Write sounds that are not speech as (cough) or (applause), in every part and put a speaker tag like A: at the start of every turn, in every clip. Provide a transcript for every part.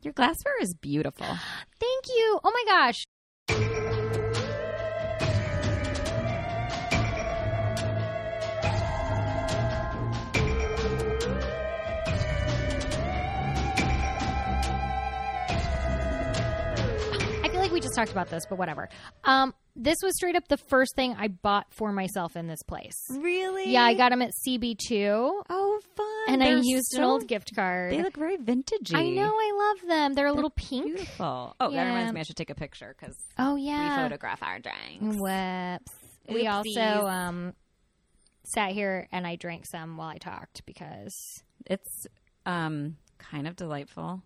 A: Your glassware is beautiful.
B: Thank you. Oh my gosh. I feel like we just talked about this, but whatever. Um, this was straight up the first thing I bought for myself in this place.
A: Really?
B: Yeah, I got them at CB2,
A: Oh, fun.
B: and I
A: They're
B: used an
A: so-
B: old gift card.
A: They look very vintagey.
B: I know, I love them. They're a little pink.
A: Beautiful. Oh, that
B: Yeah.
A: reminds me. I should take a picture because
B: Oh
A: we
B: yeah.
A: photograph our drinks.
B: Whoops. We also
A: Oopsies.
B: um, sat here and I drank some while I talked because
A: It's um, kind of delightful,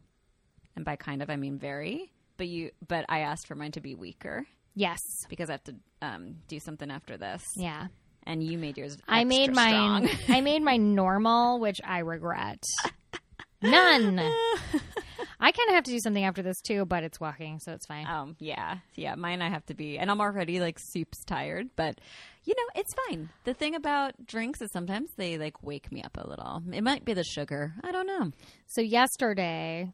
A: and by kind of I mean very. But you, but I asked for mine to be weaker
B: yes,
A: because I have to um, do something after this.
B: yeah.
A: And you made yours.
B: I made
A: extra (laughs)
B: mine.
A: strong.
B: (laughs) I made mine normal, which I regret. None. I kind of have to do something after this too, but it's walking, so it's fine.
A: Um, yeah, yeah. Mine I have to be, and I'm already like soups tired. But you know, it's fine. The thing about drinks is sometimes they like wake me up a little. It might be the sugar. I don't know.
B: So yesterday,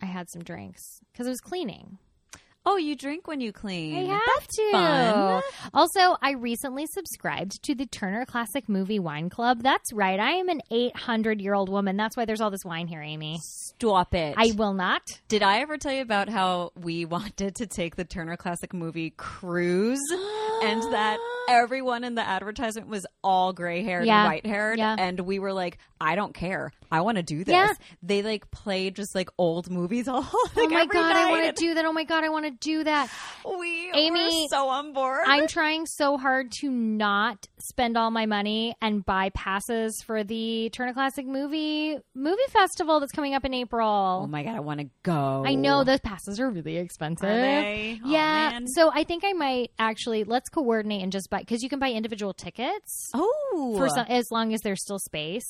B: I had some drinks because I was cleaning.
A: Oh, you drink when you clean.
B: I have
A: That's
B: to.
A: fun.
B: Also, I recently subscribed to the Turner Classic Movie Wine Club. That's right. I am an 800 year old woman. That's why there's all this wine here, Amy.
A: Stop it.
B: I will not.
A: Did I ever tell you about how we (laughs) wanted to take the Turner Classic Movie cruise and
B: (gasps)
A: that everyone in the advertisement was all gray haired
B: Yeah.
A: and white haired?
B: Yeah.
A: And we were like, I don't care. I want to do this.
B: Yeah.
A: They like play just like old movies all (laughs) like,
B: oh my
A: every
B: god, I
A: night.
B: want to do that. Oh my god, I want to do that.
A: And We
B: Amy,
A: were so on board. (laughs)
B: I'm trying so hard to not spend all my money and buy passes for the Turner Classic Movie Movie Festival that's coming up in
A: oh
B: April.
A: my God, I want to go.
B: I know those passes are really expensive.
A: Oh, Are they? Oh,
B: yeah.
A: man.
B: So I think I might actually let's coordinate and just buy because you can buy individual tickets
A: Oh,
B: for some, as long as there's still space.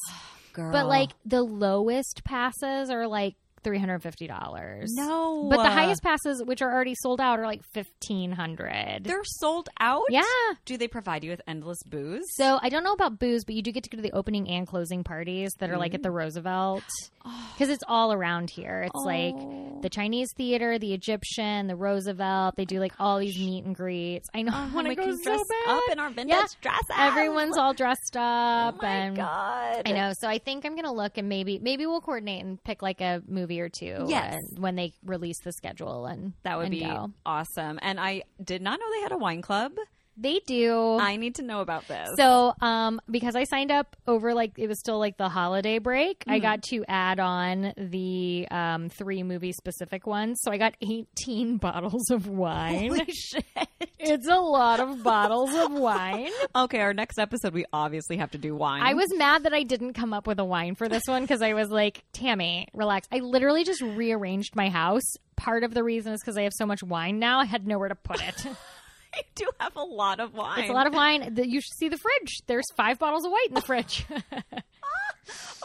A: girl.
B: But like the lowest passes are like three hundred fifty dollars.
A: no.
B: But the highest passes, which are already sold out, are like fifteen hundred.
A: They're sold out?
B: Yeah.
A: Do they provide you with endless booze?
B: So I don't know about booze, but you do get to go to the opening and closing parties that are like at the
A: Mm. (sighs)
B: Roosevelt
A: Oh.
B: because it's all around here. It's like the Chinese theater, the Egyptian, the Roosevelt. They do like all these meet and greets. I know.
A: Oh,
B: (laughs) I want to go
A: Uh-huh,
B: so
A: dress
B: bad.
A: up in our vintage
B: Yeah.
A: dresses.
B: Everyone's all dressed up.
A: (laughs) Oh my
B: and
A: god!
B: I know. So I think I'm gonna look and maybe maybe we'll coordinate and pick like a movie or two.
A: Yes.
B: and- when they release the schedule and
A: that would
B: and
A: be
B: go.
A: awesome. And I did not know they had a wine club.
B: they do.
A: I need to know about this. (laughs)
B: So, um, because I signed up over like it was still like the holiday break, I got to add on the um, three movie specific ones. So I got 18 (laughs) bottles of wine.
A: Holy shit!
B: (laughs) it's a lot of bottles of wine.
A: (laughs) Okay, our next episode we obviously have to do wine. (laughs)
B: I was mad that I didn't come up with a wine for this one because I was like, Tammy, relax. I literally just rearranged my house. Part of the reason is because I have so much wine now, I had nowhere to put it. (laughs)
A: I do have a lot of wine.
B: it's a lot of wine. The- You should see the fridge. There's five bottles of white in the fridge. (laughs)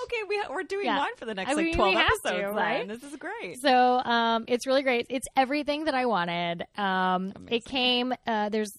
A: okay, we ha- we're doing
B: Yeah.
A: wine for the next
B: I
A: like
B: mean, we
A: twelve
B: have
A: episodes.
B: to,
A: then.
B: right?
A: This is great.
B: So um, it's really great. It's everything that I wanted. Um, it came. Uh, there's,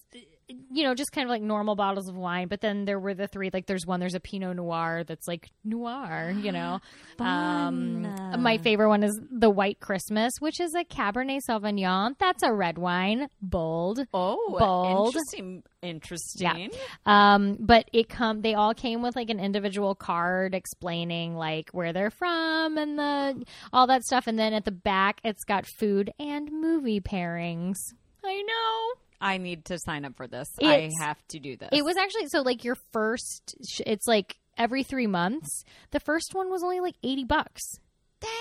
B: you know, just kind of like normal bottles of wine, but then there were the three. Like there's one. There's a Pinot Noir that's like noir. You know, um, my favorite one is the White Christmas, which is a Cabernet Sauvignon. That's a red wine, bold.
A: Oh,
B: Bold.
A: interesting. Interesting.
B: Um, but it come they all came with like an individual card explaining like where they're from and the all that stuff and then at the back it's got food and movie pairings. I know.
A: I need to sign up for this.
B: It's-
A: I have to do this.
B: It was actually so like your first sh- it's like every 3 months. The first one was only like 80 bucks.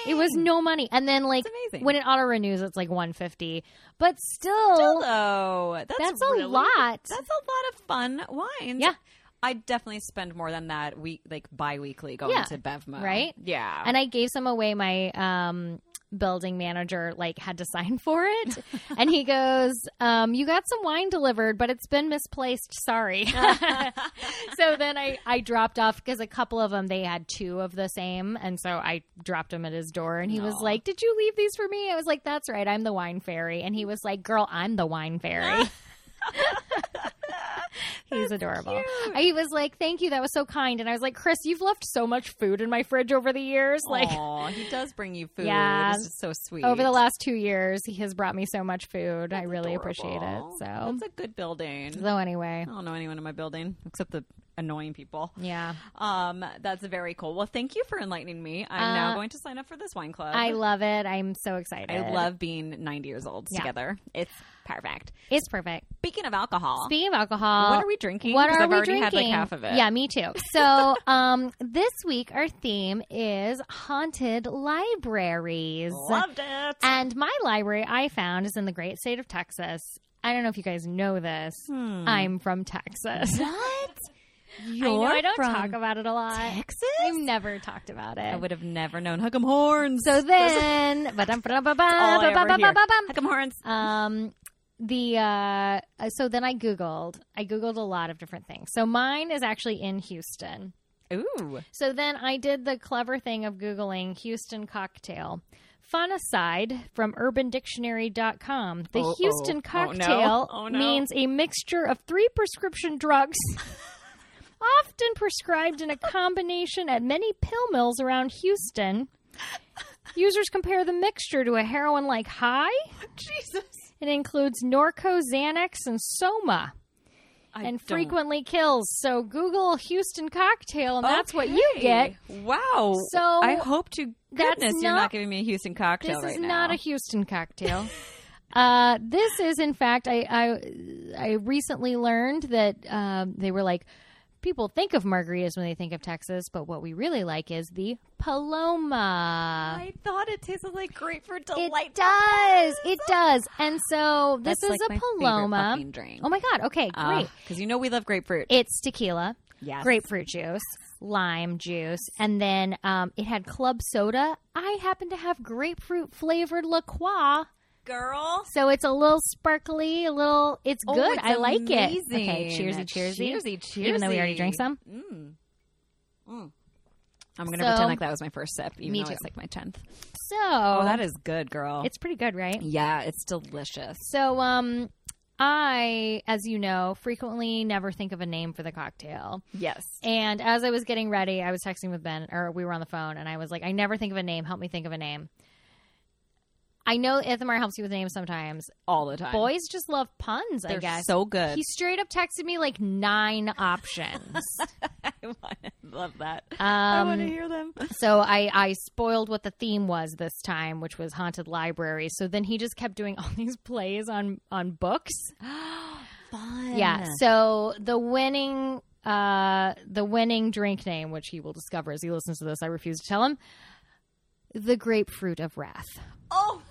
B: It was no money. And then like
A: amazing.
B: when it auto renews it's like 150. But still,
A: Hello. That's,
B: That's a
A: really-
B: lot.
A: That's a lot of fun wines.
B: Yeah.
A: I definitely spend more than that week, like bi-weekly going
B: Yeah.
A: to Bevmo.
B: Right?
A: Yeah.
B: and I gave some away. My um, building manager like had to (laughs) sign for it, and he goes, um, "You got some wine delivered, but it's been misplaced. Sorry." (laughs) so then I I dropped off because a couple of them they had two of the same, and so I dropped them at his door, and he was
A: Aw.
B: like, "Did you leave these for me?" I was like, "That's right, I'm the wine fairy," and he was like, "Girl, I'm the wine fairy." (laughs) He's adorable. He was like, "Thank you, that was so kind." And I was like, "Chris, you've left so much food in my fridge over the years. Like,
A: Aw, he does bring you food.
B: Yeah.
A: It's just so sweet.
B: over the last two years, he has brought me so much food. I really appreciate it.
A: Adorable.
B: So,
A: That's a good building.
B: so anyway,
A: I don't know anyone in my building except the annoying people.
B: yeah,
A: Um, that's very cool. Well, thank you for enlightening me. I'm now
B: Uh,
A: going to sign up for this wine club.
B: I love it. I'm so excited.
A: I love being 90 years old
B: Yeah.
A: together. It's perfect.
B: It's perfect.
A: Speaking of alcohol,
B: Speaking of alcohol,
A: What are we drinking?
B: Uh, What
A: 'Cause
B: are
A: I've
B: we
A: already
B: drinking?
A: had, like, half of it.
B: Yeah, me too.
A: (laughs)
B: So, um, this week our theme is haunted libraries.
A: loved it.
B: And my library I found is in the great state of Texas. I don't know if you guys know this.
A: Hmm.
B: I'm from Texas. (laughs)
A: what?
B: I know
A: You're
B: I don't
A: from
B: talk about it a lot.
A: Texas?
B: I've never talked about it.
A: I would have never known. Huck'em horns.
B: so then, ba-dum, ba-dum, ba-bum,
A: all I ever
B: ba-bum,
A: hear.
B: ba-bum.
A: Huck'em horns.
B: um the uh so then i googled i googled a lot of different things so mine is actually in houston
A: Ooh.
B: so then i did the clever thing of googling houston cocktail fun aside from urbandictionary.com the
A: Uh-oh.
B: houston
A: Oh, no.
B: cocktail
A: Oh, no.
B: means a mixture of three
A: (laughs)
B: prescription drugs often prescribed in a combination at many pill mills around houston users compare the mixture to a heroin like high
A: Jesus.
B: it includes Norco, Xanax, and Soma,
A: I
B: and
A: don't-
B: frequently kills. So Google Houston cocktail, and that's what you
A: Okay.
B: get.
A: Wow.
B: So,
A: I hope to
B: that's
A: goodness you're
B: not-
A: not giving me a Houston cocktail
B: This
A: right
B: is
A: now.
B: not a Houston cocktail. (laughs) uh, this is, in fact, I I, I recently learned that um, they were like. People think of margaritas when they think of Texas, but what we really like is the Paloma.
A: I thought it tasted like grapefruit
B: It
A: delight.
B: does. It does. And so this
A: That's
B: is
A: like
B: a
A: my favorite
B: Paloma.
A: fucking drink.
B: Oh my God. Okay, great.
A: Because you know we love grapefruit.
B: It's tequila,
A: Yes.
B: grapefruit juice, lime juice, and then um, it had club soda. I happen to have grapefruit flavored La Croix,
A: Girl.
B: so it's a little sparkly, a little. It's
A: Oh,
B: good.
A: it's
B: I like it.
A: amazing.
B: Okay, cheersy, cheersy,
A: Cheersy, cheersy.
B: Even though we already drank some,
A: Mm. Mm. I'm going to
B: So-
A: pretend like that was my first sip, even
B: Me
A: though
B: too.
A: it's like my 10th.
B: so
A: Oh, that is good, girl.
B: it's pretty good, right?
A: yeah, it's delicious.
B: So, um, I, as you know, frequently never think of a name for the cocktail.
A: Yes.
B: And as I was getting ready, I was texting with Ben, or we were on the phone, and I was like, I never think of a name. Help me think of a name. I know Ithamar helps you with names sometimes.
A: All the time.
B: Boys just love puns,
A: They're
B: I guess.
A: so good.
B: he straight up texted me like nine options.
A: (laughs) I wanna- love that. (laughs) I want to
B: Um,
A: hear them.
B: so I, I spoiled what the theme was this time, which was haunted library. So then he just kept doing (laughs) all these plays on on books.
A: Fun.
B: Yeah. So the winning uh the winning drink name, which he will discover as he listens to this, I refuse to tell him. The grapefruit of wrath.
A: Oh.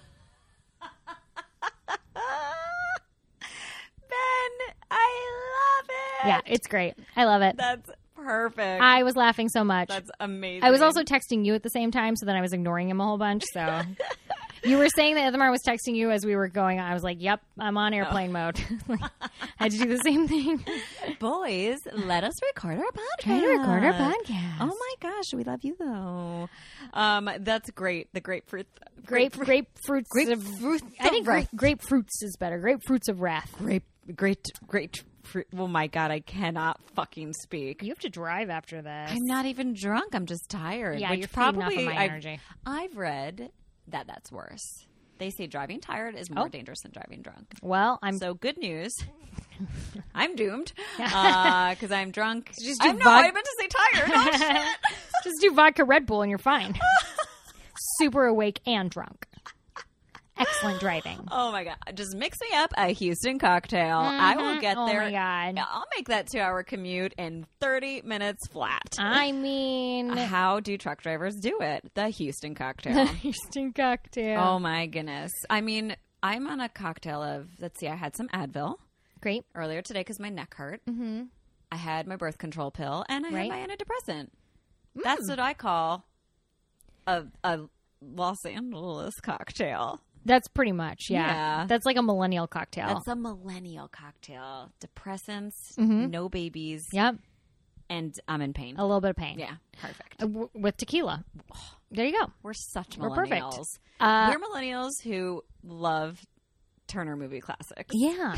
A: (laughs) ben, I love it.
B: Yeah, it's great. I love it.
A: That's perfect.
B: I was laughing so much.
A: That's amazing.
B: I was also texting you at the same time, so then I was ignoring him a whole bunch. (laughs) So you were saying that Ithamar was texting you as we were going. on. I was like, "Yep, I'm on airplane mode." (laughs) Like, I had to do the same (laughs) thing.
A: boys. Let us record our podcast.
B: Trying to record our podcast.
A: Oh my gosh, we love you though. Um, that's great. The grapefruit,
B: Grape, grapefruits.
A: Grapefruit
B: Of, I think
A: of wrath.
B: grape, grapefruits is better. Grapefruits of wrath.
A: grape, great, great fruit. Oh my god, I cannot fucking speak.
B: You have to drive after this.
A: I'm not even drunk. I'm just tired.
B: Yeah,
A: which
B: you're feeding off of
A: probably
B: my
A: I've,
B: energy.
A: I've read that that's worse. They say driving tired is
B: Oh.
A: more dangerous than driving drunk.
B: well, I'm.
A: So good news. I'm doomed because I'm drunk.
B: (laughs) Just do
A: I'm, no,
B: vod-
A: I meant to say tired. Oh,
B: (laughs)
A: shit.
B: (laughs) just do vodka Red Bull and you're fine. (laughs) Super awake and drunk. Excellent driving. (laughs)
A: Oh my god! Just mix me up a Houston cocktail. I will get
B: Oh
A: there.
B: my God.
A: I'll make that two-hour commute in thirty minutes flat.
B: I (laughs) mean,
A: How do truck drivers do it? The Houston
B: (laughs)
A: cocktail.
B: Houston cocktail.
A: oh my goodness! I mean, I'm on a cocktail of. Let's see. I had some Advil
B: Great.
A: earlier today because my neck hurt. Mm-hmm. I had my birth control pill and I
B: Right. Mm.
A: had my antidepressant. That's what I call a a Los Angeles cocktail.
B: That's pretty much, yeah.
A: Yeah.
B: That's like a millennial cocktail.
A: That's a millennial cocktail. Depressants, no babies,
B: yep.
A: and I'm in pain.
B: Mm-hmm. A little bit of pain.
A: Yeah, perfect.
B: Uh, w- with tequila. There you go.
A: We're such millennials.
B: We're
A: We're,
B: perfect. Uh,
A: (laughs)
B: (laughs)
A: millennials who love Turner movie classics.
B: yeah.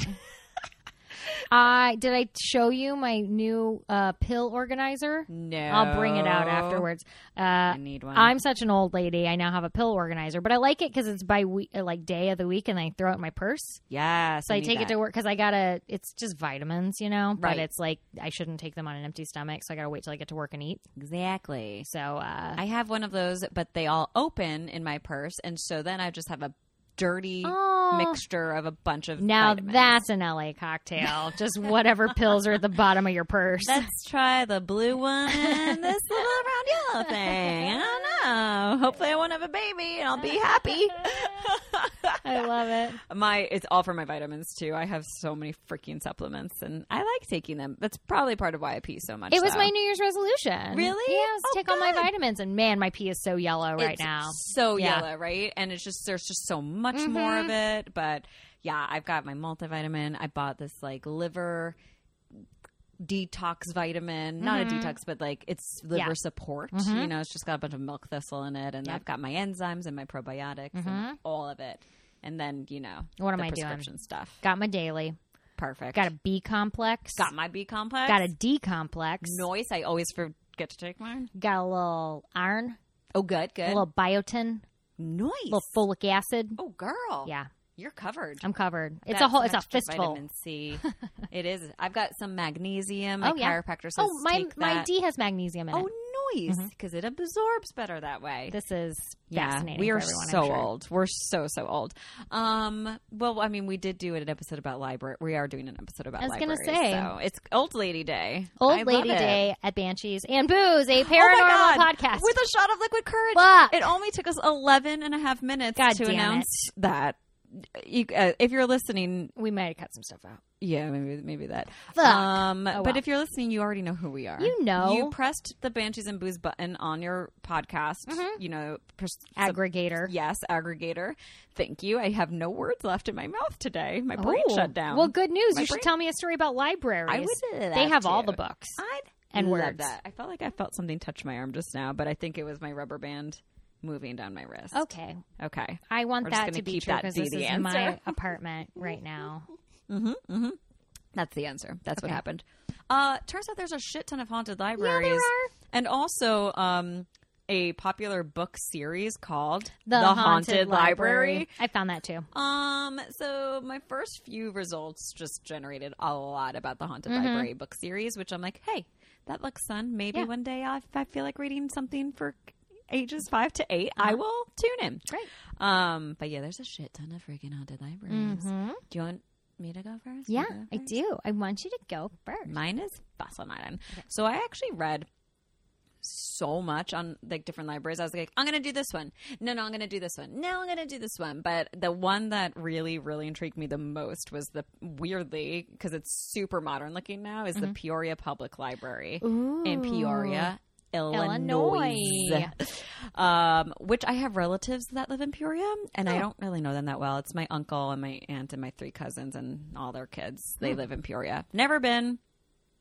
B: I Uh, did I show you my new uh, pill organizer?
A: No.
B: I'll bring it out afterwards. Uh, I
A: need one.
B: I'm such an old lady. I now have a pill organizer, but I like it because it's by week, like day of the week, and I throw it in my purse.
A: Yes.
B: So I take it to work because I gotta. It's just vitamins, you know.
A: Right.
B: But it's like I shouldn't take them on an empty stomach, so I gotta wait till I get to work and eat.
A: Exactly.
B: So uh,
A: I have one of those, but they all open in my purse, and so then I just have a dirty
B: Oh.
A: mixture of a bunch of.
B: now
A: vitamins.
B: that's an LA
A: (laughs)
B: cocktail. just whatever pills are at the bottom of your purse.
A: Let's try the
B: (laughs)
A: blue one and this little round yellow thing. I don't know. Hopefully, I won't have a baby and I'll be happy.
B: (laughs) I love it.
A: my it's all for my vitamins too. I have so many freaking supplements, and I like taking them. That's probably part of why I pee so much.
B: It was
A: though.
B: my New Year's resolution.
A: Really?
B: Yeah, was
A: Oh,
B: to take all my
A: good.
B: vitamins, and man, my pee is so yellow right
A: It's
B: now.
A: So
B: Yeah. Mm-hmm.
A: yellow, right? And it's just there's just so much more of it. But yeah, I've got my multivitamin. I bought this like liver detox vitamin. Not a detox, but like it's liver
B: Mm-hmm. Yeah. Mm-hmm.
A: support. You know, it's just got a bunch of milk thistle in it, and I've got my enzymes and my probiotics and all of it. And then you know,
B: Mm-hmm. What am
A: the
B: I doing?
A: prescription stuff.
B: Got my daily.
A: Perfect.
B: Got a B complex.
A: got my B complex.
B: Got a D complex.
A: noise. I always forget to take mine.
B: Got a little iron,
A: Oh, good,
B: a
A: good.
B: little biotin,
A: noise.
B: a little folic acid.
A: oh, girl.
B: Yeah,
A: you're covered.
B: I'm covered. It's a
A: That's
B: whole.
A: some
B: It's a
A: extra
B: fistful.
A: Vitamin
B: (laughs)
A: C. it is. I've got some magnesium. My
B: Oh, yeah.
A: chiropractor says.
B: Oh, my
A: take
B: my
A: that.
B: D has magnesium in
A: Oh,
B: it.
A: noise because it absorbs better that way.
B: This is
A: yeah,
B: fascinating.
A: we
B: for
A: are
B: everyone, I'm
A: so
B: sure.
A: old. We're so so old. Um, well, I mean, we did do an episode about library. We are doing an episode about.
B: I was gonna
A: libraries,
B: say.
A: so it's old lady day. I
B: Old
A: love
B: Lady
A: it.
B: Day at Banshees and Booze,
A: (gasps)
B: a
A: Oh my
B: paranormal
A: God.
B: podcast.
A: with a shot of liquid courage.
B: Fuck.
A: It only took us 11 and a half minutes
B: God
A: to
B: damn
A: announce that. You, uh, if you're listening,
B: we might have cut some stuff out.
A: Yeah, maybe maybe that.
B: Fuck.
A: Um,
B: Oh, well.
A: But if you're listening, you already know who we are.
B: You know.
A: you pressed the Banshees and Booze button on your podcast.
B: Mm-hmm.
A: You know, pres-
B: Aggregator.
A: yes, aggregator. Thank you. I have no words left in my mouth today. My brain
B: Oh.
A: shut down.
B: Well, good news.
A: My
B: you should
A: brain-
B: tell me a story about libraries.
A: I would. love
B: They have all
A: to.
B: the books.
A: I'd
B: and
A: love
B: words.
A: That I felt like I felt something touch my arm just now, but I think it was my rubber band moving down my wrist.
B: Okay.
A: Okay.
B: I want
A: We're just
B: that
A: gonna
B: to be
A: keep
B: true
A: that
B: because
A: be
B: this
A: the
B: is
A: answer.
B: my (laughs) apartment
A: (laughs)
B: right now.
A: That's the answer. That's
B: Okay.
A: what happened. Uh, turns out there's a shit ton of haunted libraries.
B: are.
A: And also um, a popular book series called
B: I found that too.
A: Um, so my first few results just generated a lot about the Haunted Library book series, which I'm like, hey, that looks fun. Maybe
B: Mm-hmm. Yeah.
A: one day I- if I feel like reading something for ages five to 8 I will tune in.
B: Uh-huh. Great.
A: Um, but yeah, there's a shit ton of freaking haunted libraries. Do you want me to go first? You
B: Mm-hmm. Yeah,
A: go
B: I
A: first?
B: do. I want you to go first.
A: Mine is fascinating. So I actually read so much on like different libraries. I was like, I'm gonna do this one. No, no, I'm gonna do this one. No, I'm gonna do this one. But the one that really, really intrigued me the most was the weirdly because it's super modern looking now is the Peoria Public Library in Peoria. Illinois, (laughs)
B: Illinois.
A: Um, which I have relatives that live in Peoria, and I don't really know them that well. It's my uncle and my aunt and my three cousins and all their kids. They live in Peoria. Never been,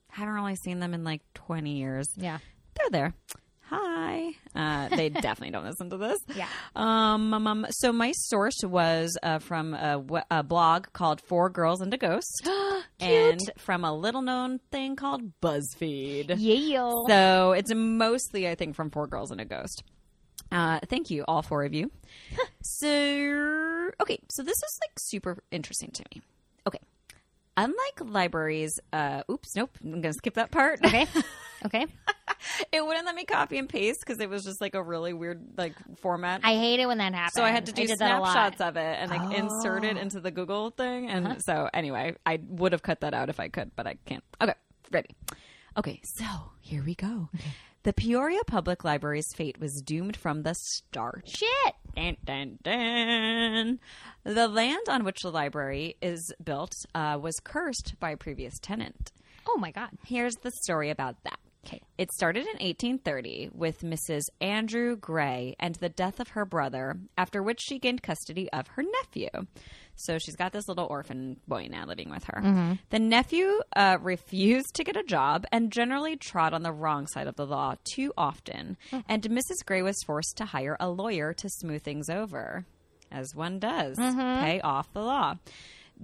A: haven't really seen them in like 20 years.
B: Yeah.
A: They're there. Hi. Uh, they definitely don't listen to this.
B: Yeah.
A: Um, um, um, so my source was uh, from a, w- a blog called Four Girls and a Ghost and from a little known thing called BuzzFeed.
B: Yeah.
A: (laughs) So it's mostly, I think, from Four Girls and a Ghost. Uh, thank you, all four of you. so, okay, so this is like super interesting to me. Okay. Unlike libraries, uh, oops, nope, I'm going to skip that part.
B: okay. Okay.
A: (laughs) it wouldn't let me copy and paste because it was just like a really weird like format.
B: I hate it when that happens.
A: so I had to do
B: did that a lot.
A: snapshots of it and like insert it into the Google thing. And so anyway, I would have cut that out if I could, but I can't. Okay, ready. Okay, so here we go. The Peoria Public Library's fate was doomed from the start.
B: Shit.
A: Dun, dun, dun. The land on which the library is built uh, was cursed by a previous tenant.
B: Oh my god.
A: Here's the story about that.
B: Okay.
A: It started in 1830 with Mrs. Andrew Gray and the death of her brother, after which she gained custody of her nephew. So she's got this little orphan boy now living with her. The nephew uh, refused to get a job and generally trod on the wrong side of the law too often, and Mrs. Gray was forced to hire a lawyer to smooth things over as one does, pay off the law.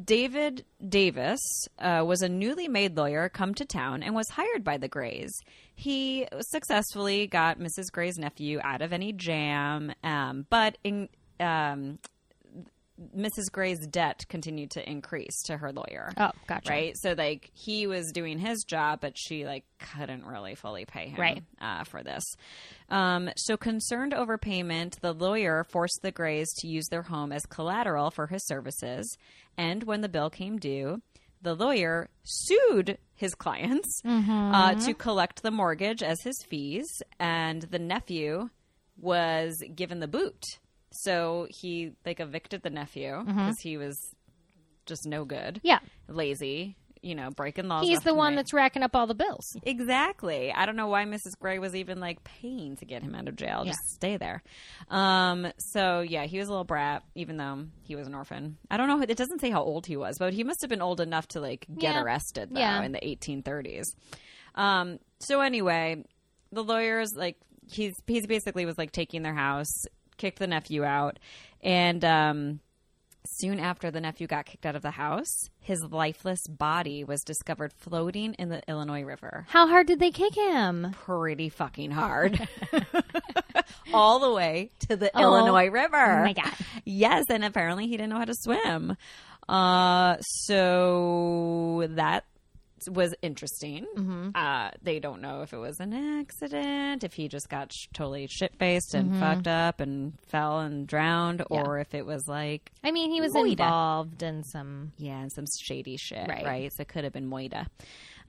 A: David Davis uh, was a newly made lawyer come to town and was hired by the Grays. He successfully got Mrs. Gray's nephew out of any jam, um, but in, um, Mrs. Gray's debt continued to increase to her lawyer.
B: Oh, gotcha.
A: Right. So like he was doing his job, but she like couldn't really fully pay him
B: Right.
A: uh, for this. Um, so concerned over payment, the lawyer forced the Grays to use their home as collateral for his services. And when the bill came due, the lawyer sued his clients uh,
B: Mm-hmm.
A: to collect the mortgage as his fees, and the nephew was given the boot. So he like evicted the nephew
B: Mm-hmm.
A: because he was just no good
B: Yeah.
A: lazy, you know, breaking laws.
B: He's
A: left
B: the
A: and
B: one
A: right.
B: that's racking up all the bills.
A: (laughs) exactly. I don't know why Mrs. Gray was even like paying to get him out of jail. Just stay there. Um. So yeah, he was a little brat, even though he was an orphan. I don't know. It doesn't say how old he was, but he must have been old enough to like get
B: Yeah.
A: arrested though
B: Yeah.
A: in the 1830s. Um. So anyway, the lawyers like he's he's basically was like taking their house, kicked the nephew out, and um. Soon after the nephew got kicked out of the house, his lifeless body was discovered floating in the Illinois River.
B: How hard did they kick him?
A: Pretty fucking
B: (laughs)
A: hard. (laughs) All the way to the Illinois River.
B: Oh my god.
A: Yes, and apparently he didn't know how to swim. Uh, so that was interesting.
B: Mm-hmm.
A: Uh, they don't know if it was an accident, if he just got sh- totally shit faced and
B: Mm-hmm.
A: fucked up and fell and drowned, or if it was like
B: I mean, he was
A: Moida.
B: involved in some.
A: Yeah, and some shady shit, right?
B: Right.
A: So it could have been Moida.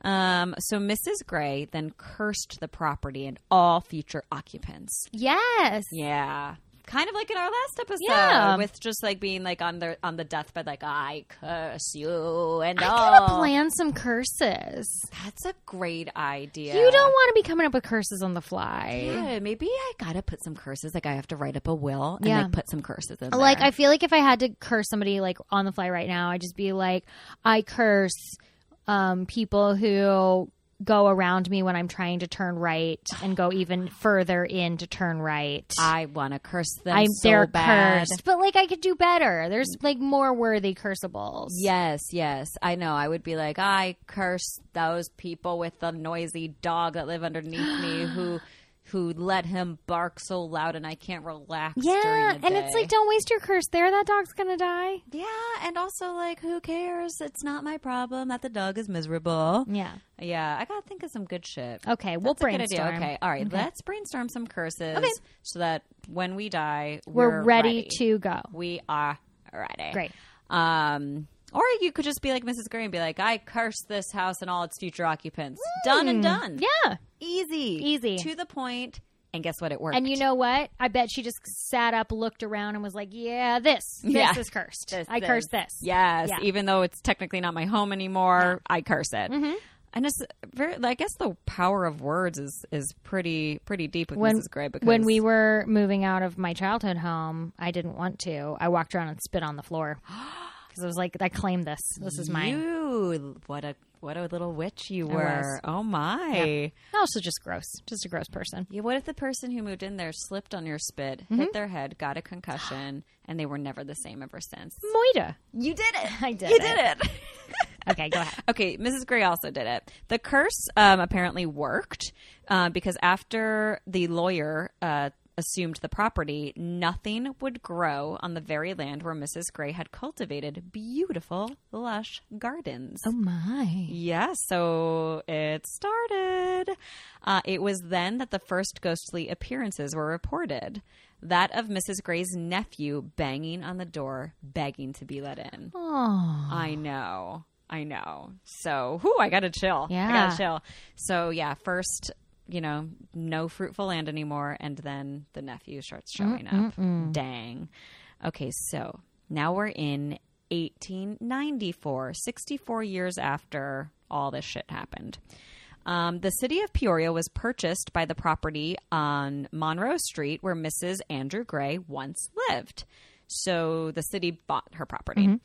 A: Um, so Mrs. Gray then cursed the property and all future occupants.
B: Yes.
A: Yeah. Kind of like in our last episode,
B: Yeah.
A: with just like being like on the on the deathbed, like I curse you and
B: I
A: all.
B: could have planned some curses.
A: That's a great idea.
B: You don't want to be coming up with curses on the fly.
A: Yeah, maybe I gotta put some curses. Like I have to write up a will and
B: Yeah.
A: like put some curses in.
B: Like
A: there.
B: I feel like if I had to curse somebody like on the fly right now, I'd just be like, I curse um, people who go around me when I'm trying to turn right and go even further in to turn right.
A: I want to curse them.
B: I'm
A: so
B: they're
A: bad.
B: cursed, but like I could do better. There's like more worthy cursables.
A: Yes, yes. I know. I would be like, I curse those people with the noisy dog that live underneath (gasps) me who who let him bark so loud and I can't relax.
B: Yeah,
A: during the
B: and it's
A: day."
B: like don't waste your curse there. That dog's gonna die.
A: yeah, and also like, who cares? It's not my problem that the dog is miserable.
B: Yeah.
A: Yeah, I gotta think of some good shit.
B: Okay, we'll
A: That's a good
B: brainstorm.
A: idea. Okay, all right. Let's brainstorm some curses so that when we die,
B: We're,
A: we're,
B: ready, to go.
A: We are ready.
B: Great.
A: Um, or you could just be like Mrs. Gray and be like, I curse this house and all its future occupants. Done and done.
B: Yeah.
A: Easy.
B: Easy.
A: To the point. And guess what? It worked.
B: And you know what? I bet she just sat up, looked around, and was like, "Yeah, this, this
A: Yeah.
B: is cursed.
A: This,
B: I curse this."
A: Yes.
B: Yeah.
A: Even though it's technically not my home anymore, I curse it.
B: Mm-hmm.
A: And it's very, I guess the power of words is, is pretty, pretty deep with
B: When
A: Mrs. Gray because
B: when we were moving out of my childhood home, I didn't want to. I walked around and spit on the (gasps) floor because I was like, "I claim this. This is mine."
A: you, what a, what a little witch you were.
B: was.
A: Oh my.
B: Also, just gross. Just a gross person.
A: Yeah, what if the person who moved in there slipped on your spit, hit their head, got a concussion, (gasps) and they were never the same ever since?
B: Moida.
A: You did it.
B: I did.
A: You
B: it.
A: did it.
B: Okay, go ahead.
A: (laughs) okay, Mrs. Gray also did it. The curse um, apparently worked uh, because after the lawyer uh, assumed the property, nothing would grow on the very land where Mrs. Gray had cultivated beautiful, lush gardens.
B: (laughs) Oh my.
A: Yeah, so it started. Uh, it was then that the first ghostly appearances were reported. That of Mrs. Gray's nephew banging on the door, begging to be let in.
B: Oh.
A: I know. I know. So, whoo, I got to chill. I got
B: Yeah.
A: to chill. So, yeah, first, you know, no fruitful land anymore. And then the nephew starts showing up. Dang. Okay, so now we're in 1894, 64 years after all this shit happened. Um, the city of Peoria was purchased by the property on Monroe Street where Mrs. Andrew Gray once lived. So the city bought her property.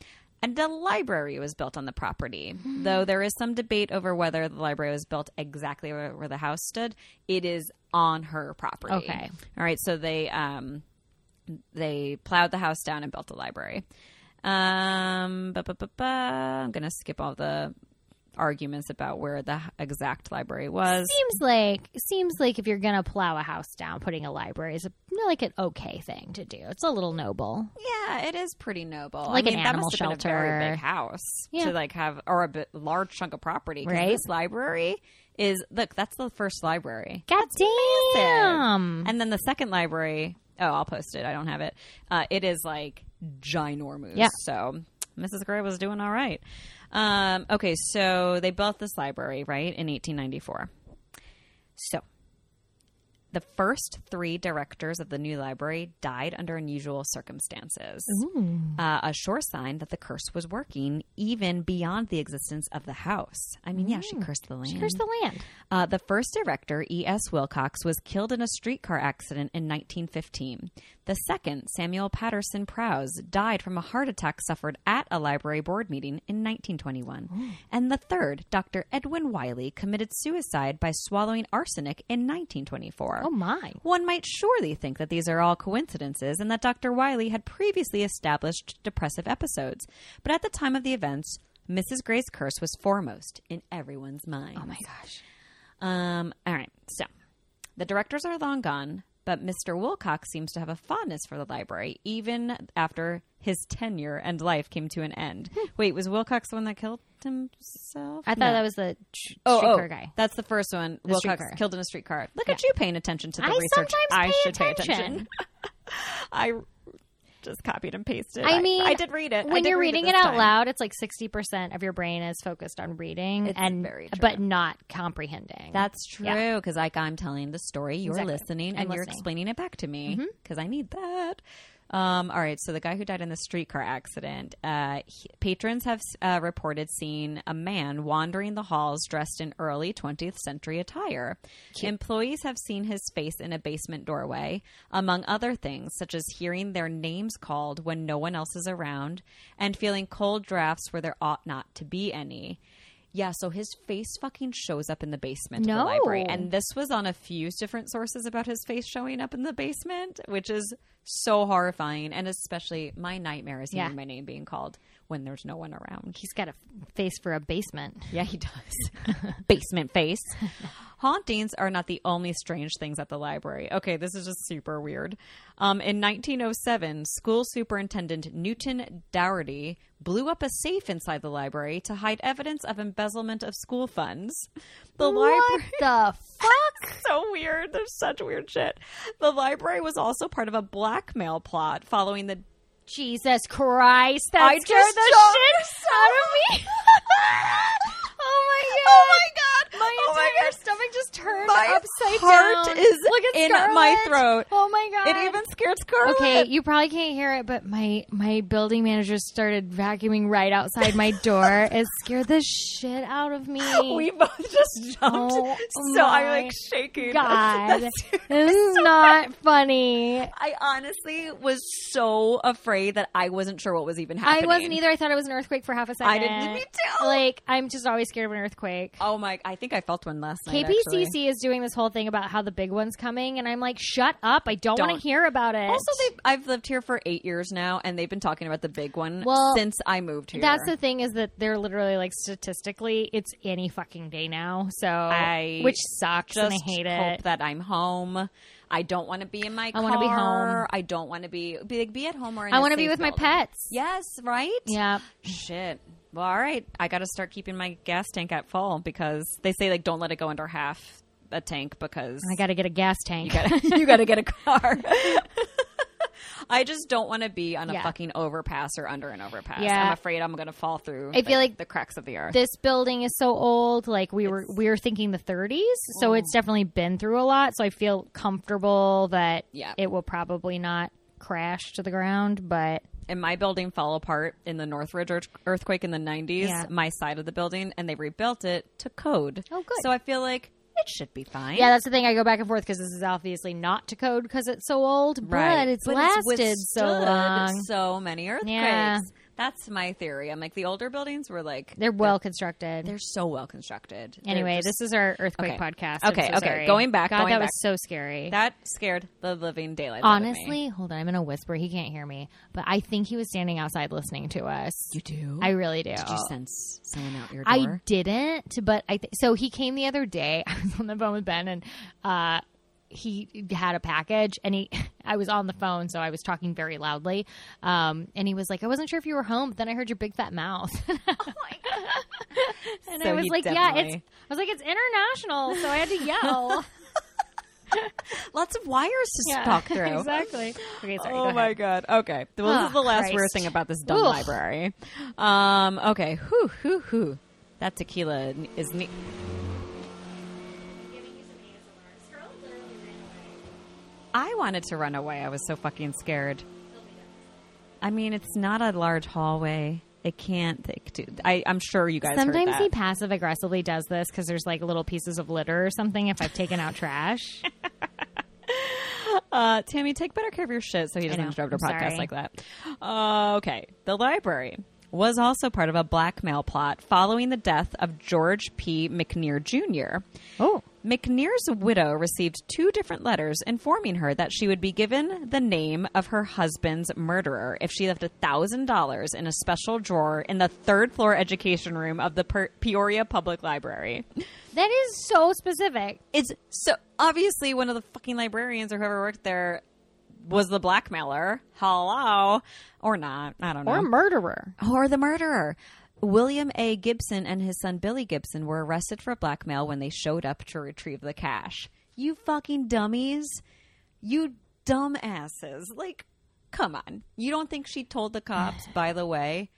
A: And a library was built on the property. Though there is some debate over whether the library was built exactly where, where the house stood, it is on her property.
B: Okay.
A: All right. So they um, they plowed the house down and built a library. Um, ba, ba, ba, ba. I'm going to skip all the arguments about where the exact library was.
B: Seems like seems like if you're gonna plow a house down, putting a library is a, like an okay thing to do. It's a little noble.
A: Yeah, it is pretty noble.
B: Like
A: I
B: an
A: mean,
B: animal
A: that must have Been a very
B: shelter.
A: big house
B: Yeah.
A: to like have, or a bit, large chunk of property. 'cause
B: Right.
A: This library is look. That's the first library,
B: God damn!
A: and then the second library. Oh, I'll post it. I don't have it. Uh, it is like ginormous.
B: Yeah.
A: So Mrs. Gray was doing all right. Um, okay, so they built this library right in 1894. So. The first three directors of the new library died under unusual circumstances uh, a sure sign that the curse was working even beyond the existence of the house. I mean, yeah, she cursed the land.
B: Here's the land.
A: uh, the first director, E.S. Wilcox, was killed in a streetcar accident in 1915. The second, Samuel Patterson Prowse, died from a heart attack suffered at a library board meeting in 1921. And the third, Dr. Edwin Wiley, committed suicide by swallowing arsenic in 1924.
B: Oh my!
A: One might surely think that these are all coincidences and that Dr. Wiley had previously established depressive episodes. But at the time of the events, Mrs. Gray's curse was foremost in everyone's mind. Oh my
B: gosh.
A: Um, all right. So, the directors are long gone, but Mr. Wilcox seems to have a fondness for the library even after his tenure and life came to an end. Wait, was Wilcox the one that killed himself?
B: Hmm.
A: Oh,
B: I thought that was the tr- streetcar guy.
A: That's the first one. Wilcox
B: streetcar.
A: killed in a streetcar. Look at you paying attention to the
B: I
A: research.
B: sometimes
A: I
B: pay
A: should pay attention. (laughs)
B: attention.
A: I just copied and pasted.
B: I mean,
A: I, did read it I
B: when
A: did
B: you're
A: read
B: reading
A: it,
B: it,
A: this
B: out
A: time.
B: loud. It's like sixty percent of your brain is focused on reading
A: It's
B: and
A: very true.
B: but not comprehending.
A: That's true because like I'm telling the story, you're
B: Exactly.
A: listening, and
B: I'm
A: you're
B: listening.
A: explaining it back to me because I need that. Um, all right, so the guy who died in the streetcar accident, uh, he- patrons have uh, reported seeing a man wandering the halls dressed in early 20th century attire. Employees have seen his face in a basement doorway, among other things, such as hearing their names called when no one else is around and feeling cold drafts where there ought not to be any. Yeah, so his face fucking shows up in the basement of the library.
B: No.
A: And this was on a few different sources about his face showing up in the basement, which is so horrifying. And especially my nightmare is hearing
B: Yeah.
A: my name being called when there's no one around. (laughs)
B: He's got a f- face for a basement.
A: Yeah, he does. Basement face. (laughs) Hauntings are not the only strange things at the library. Okay, this is just super weird. Um, in 1907, school superintendent Newton Dougherty blew up a safe inside the library to hide evidence of embezzlement of school funds. The
B: What
A: library.
B: the fuck?
A: So weird. There's such weird shit. The library was also part of a blackmail plot following
B: (laughs)
A: the
B: Jesus Christ! That
A: I
B: scared
A: just
B: the
A: don't-
B: shit
A: (laughs)
B: out of me. oh my god!
A: Oh my god!
B: My
A: Oh my
B: entire
A: god.
B: stomach just turned
A: My
B: upside
A: heart
B: down.
A: is
B: Look at
A: in my throat.
B: Scarlett. Oh my god!
A: It even scared Scarlet.
B: Okay, you probably can't hear it, but my my building manager started vacuuming right outside my
A: (laughs)
B: door. it scared the shit out of me.
A: We both just jumped.
B: Oh
A: so I'm
B: my
A: like shaking. (laughs)
B: God,
A: That's-
B: (laughs) this is not funny.
A: I honestly was so afraid that I wasn't sure what was even
B: I
A: happening.
B: wasn't either. I thought it was an earthquake for half a second.
A: I didn't- me too.
B: Like I'm just always scared of an earthquake.
A: Oh my! I think I felt one last night.
B: KPCC
A: actually.
B: is doing this whole thing about how the big one's coming, and I'm like, shut up! I don't,
A: Don't.
B: want to hear about it.
A: Also, they I've lived here for eight years now, and they've been talking about the big one
B: Well,
A: since I moved here.
B: That's the thing is that they're literally like statistically, it's any fucking day now. So
A: I
B: which sucks
A: just
B: and I hate
A: hope
B: it.
A: that I'm home. I don't want to be in my
B: I
A: car.
B: wanna be home.
A: I don't want to be be, like, be at home or. In
B: I
A: want to
B: be with my pets.
A: Yes, right.
B: Yeah.
A: Shit. Well, all right. I got to start keeping my gas tank at full because they say like don't let it go under half a tank because
B: I got to get a gas tank.
A: (laughs) you got to get a car. I just don't want to be on a
B: Yeah.
A: fucking overpass or under an overpass.
B: Yeah.
A: I'm afraid I'm going to fall through.
B: I feel like
A: the cracks of the earth.
B: this building is so old. Like we were, we were thinking the 30s,
A: Mm.
B: so it's definitely been through a lot. So I feel comfortable that
A: Yeah.
B: it will probably not crash to the ground. But
A: and my building fell apart in the Northridge earth- earthquake in the 90s,
B: Yeah.
A: my side of the building, and they rebuilt it to code.
B: Oh, good.
A: So I feel like it should be fine.
B: yeah, that's the thing. I go back and forth because this is obviously not to code because it's so old, but it's lasted so
A: withstood
B: long.
A: so many earthquakes.
B: Yeah.
A: That's my theory. I'm like the older buildings were like
B: They're well constructed.
A: they're so well constructed. They're
B: anyway,
A: just-
B: this is our earthquake
A: Okay.
B: podcast. I'm
A: Okay,
B: so
A: okay.
B: sorry.
A: Going back,
B: God,
A: going
B: that
A: back.
B: was so scary.
A: that scared the living daylight.
B: Honestly, hold on. I'm going to whisper. He can't hear me, but I think he was standing outside listening to us.
A: you do.
B: I really do.
A: Did you sense someone out your
B: I
A: door?
B: didn't, but I th- so he came the other day. (laughs) I was on the phone with Ben, and uh, he had a package, and he (laughs) I was on the phone, so I was talking very loudly, um, and he was like, "I wasn't sure if you were home, but then I heard your big fat mouth."
A: (laughs)
B: (laughs) and I
A: So
B: was
A: he
B: like, "Yeah, it's."
A: definitely-
B: I was like, "It's international," so I had
A: (laughs)
B: to yell.
A: Lots of wires to
B: Yeah, (laughs)
A: talk through.
B: exactly. Okay, sorry.
A: Oh
B: go
A: my
B: ahead.
A: god. Okay. Well, this is
B: Ah,
A: the last weird
B: Christ.
A: thing about this dumb
B: Oof.
A: library. Um. Okay. Whoo hoo hoo. That tequila is neat. I wanted to run away. I was so fucking scared. I mean, it's not a large hallway. It can't. It, do- I, I'm sure you guys. heard
B: Sometimes
A: that.
B: he passive aggressively does this because there's like little pieces of litter or something. If I've taken out trash,
A: Uh, Tammy, take better care of your shit so he doesn't
B: know.
A: interrupt our
B: I'm
A: podcast
B: sorry.
A: like that. Uh, okay. The library was also part of a blackmail plot following the death of George P. McNear Jr.
B: oh,
A: McNear's widow received two different letters informing her that she would be given the name of her husband's murderer if she left $1,000 in a special drawer in the third floor education room of the per- Peoria Public Library.
B: that is so specific.
A: It's so obviously one of the fucking librarians or whoever worked there was the blackmailer. Hello, or not? I don't know.
B: or a murderer.
A: Or the murderer. William A. Gibson and his son Billy Gibson were arrested for blackmail when they showed up to retrieve the cash. You fucking dummies. You dumbasses. Like, come on. You don't think she told the
B: (sighs)
A: cops, by the way,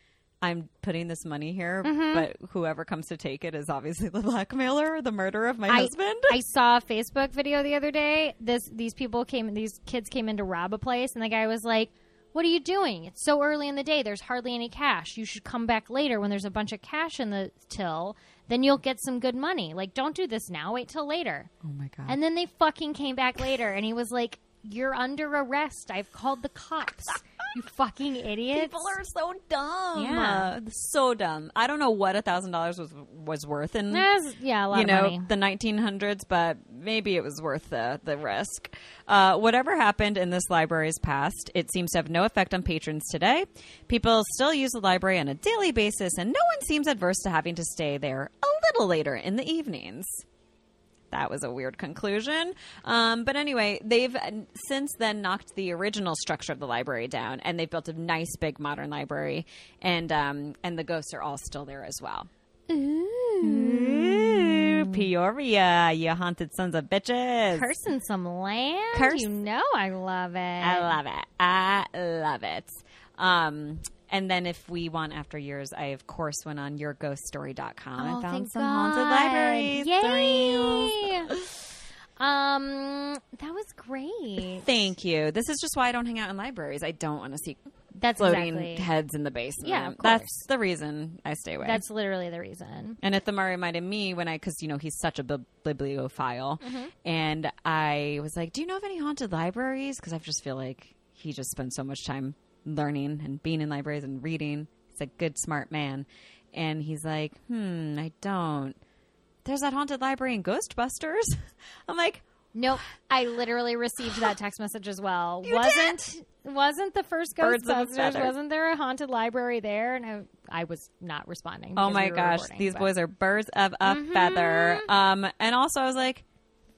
A: I'm putting this money here,
B: Mm-hmm.
A: but whoever comes to take it is obviously the (laughs) blackmailer or the murderer of my
B: I,
A: husband?
B: I saw a Facebook video the other day. This these people came, these kids came in to rob a place, and the guy was like, "What are you doing? It's so early in the day. There's hardly any cash. You should come back later when there's a bunch of cash in the till. Then you'll get some good money. Like, don't do this now. Wait till later."
A: oh my God.
B: And then they fucking came back later, and he was like, "You're under arrest. I've called the cops. You fucking idiots."
A: (laughs) People are so dumb.
B: Yeah.
A: Uh, so dumb. I don't know what a thousand dollars was was worth in
B: That's- yeah, a lot
A: you
B: of
A: know
B: money.
A: the 1900s, but maybe it was worth the the risk. Uh, whatever happened in this library's past, it seems to have no effect on patrons today. People still use the library on a daily basis, and no one seems adverse to having to stay there a little later in the evenings that was a weird conclusion. Um, but anyway, they've uh, since then knocked the original structure of the library down, and they've built a nice big modern library, and um, and the ghosts are all still there as well. Ooh, Peoria, you haunted sons of bitches!
B: Cursing some land,
A: Curse-
B: you know I love it.
A: I love it. I love it. Um, and then if we want after yours, I of course went on yourghoststory.com and found
B: Oh, thank
A: some haunted
B: God.
A: libraries.
B: Yay! (laughs) um, that was great.
A: (laughs) Thank you. This is just why I don't hang out in libraries. I don't want to see
B: That's
A: floating
B: exactly.
A: heads in the basement.
B: Yeah, of
A: that's
B: course.
A: the reason I stay away.
B: That's literally the reason.
A: and Ithamar reminded me when I, because you know he's such a bib- bibliophile,
B: Mm-hmm.
A: and I was like, "Do you know of any haunted libraries?" Because I just feel like he just spends so much time learning and being in libraries and reading. He's a good, smart man, and he's like, "Hmm, I don't." There's that haunted library in Ghostbusters. (laughs) I'm like,
B: Nope, I literally received that text message as well.
A: (gasps) You
B: wasn't wasn't the first
A: Birds of a
B: Ghostbusters?
A: feather.
B: Wasn't there a haunted library there? And I, I was not responding.
A: Oh
B: because
A: my
B: we were
A: gosh,
B: recording, Mm-hmm.
A: these
B: but-
A: boys are birds of a feather. Um, and also I was like,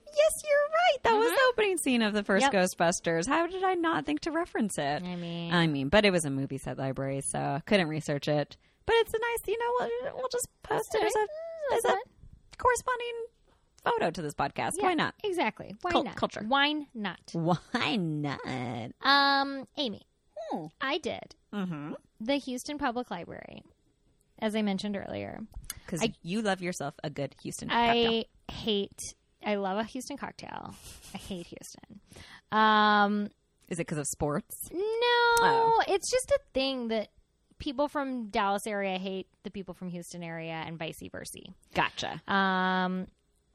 A: yes, you're right. That was the opening scene of the first
B: Mm-hmm. Yep.
A: Ghostbusters. How did I not think to reference it?
B: I mean-
A: I mean, but it was a movie set library, so I couldn't research it. But it's a nice, you know, we'll, we'll just post it as a,
B: Mm-hmm. That's
A: as
B: fine.
A: a corresponding photo to this podcast.
B: Yeah,
A: Why not?
B: Exactly. Why
A: Cult-
B: not?
A: culture.
B: Why not?
A: Why not?
B: Um, Amy,
A: Hmm.
B: I did
A: Mm-hmm.
B: the Houston Public Library, as I mentioned earlier.
A: Because
B: I-
A: you love yourself a good Houston cocktail.
B: I hate. I love a Houston cocktail. I hate Houston. Um,
A: Is it because of sports?
B: no,
A: Oh.
B: it's just a thing that people from Dallas area hate the people from Houston area, and vice versa.
A: Gotcha.
B: Um,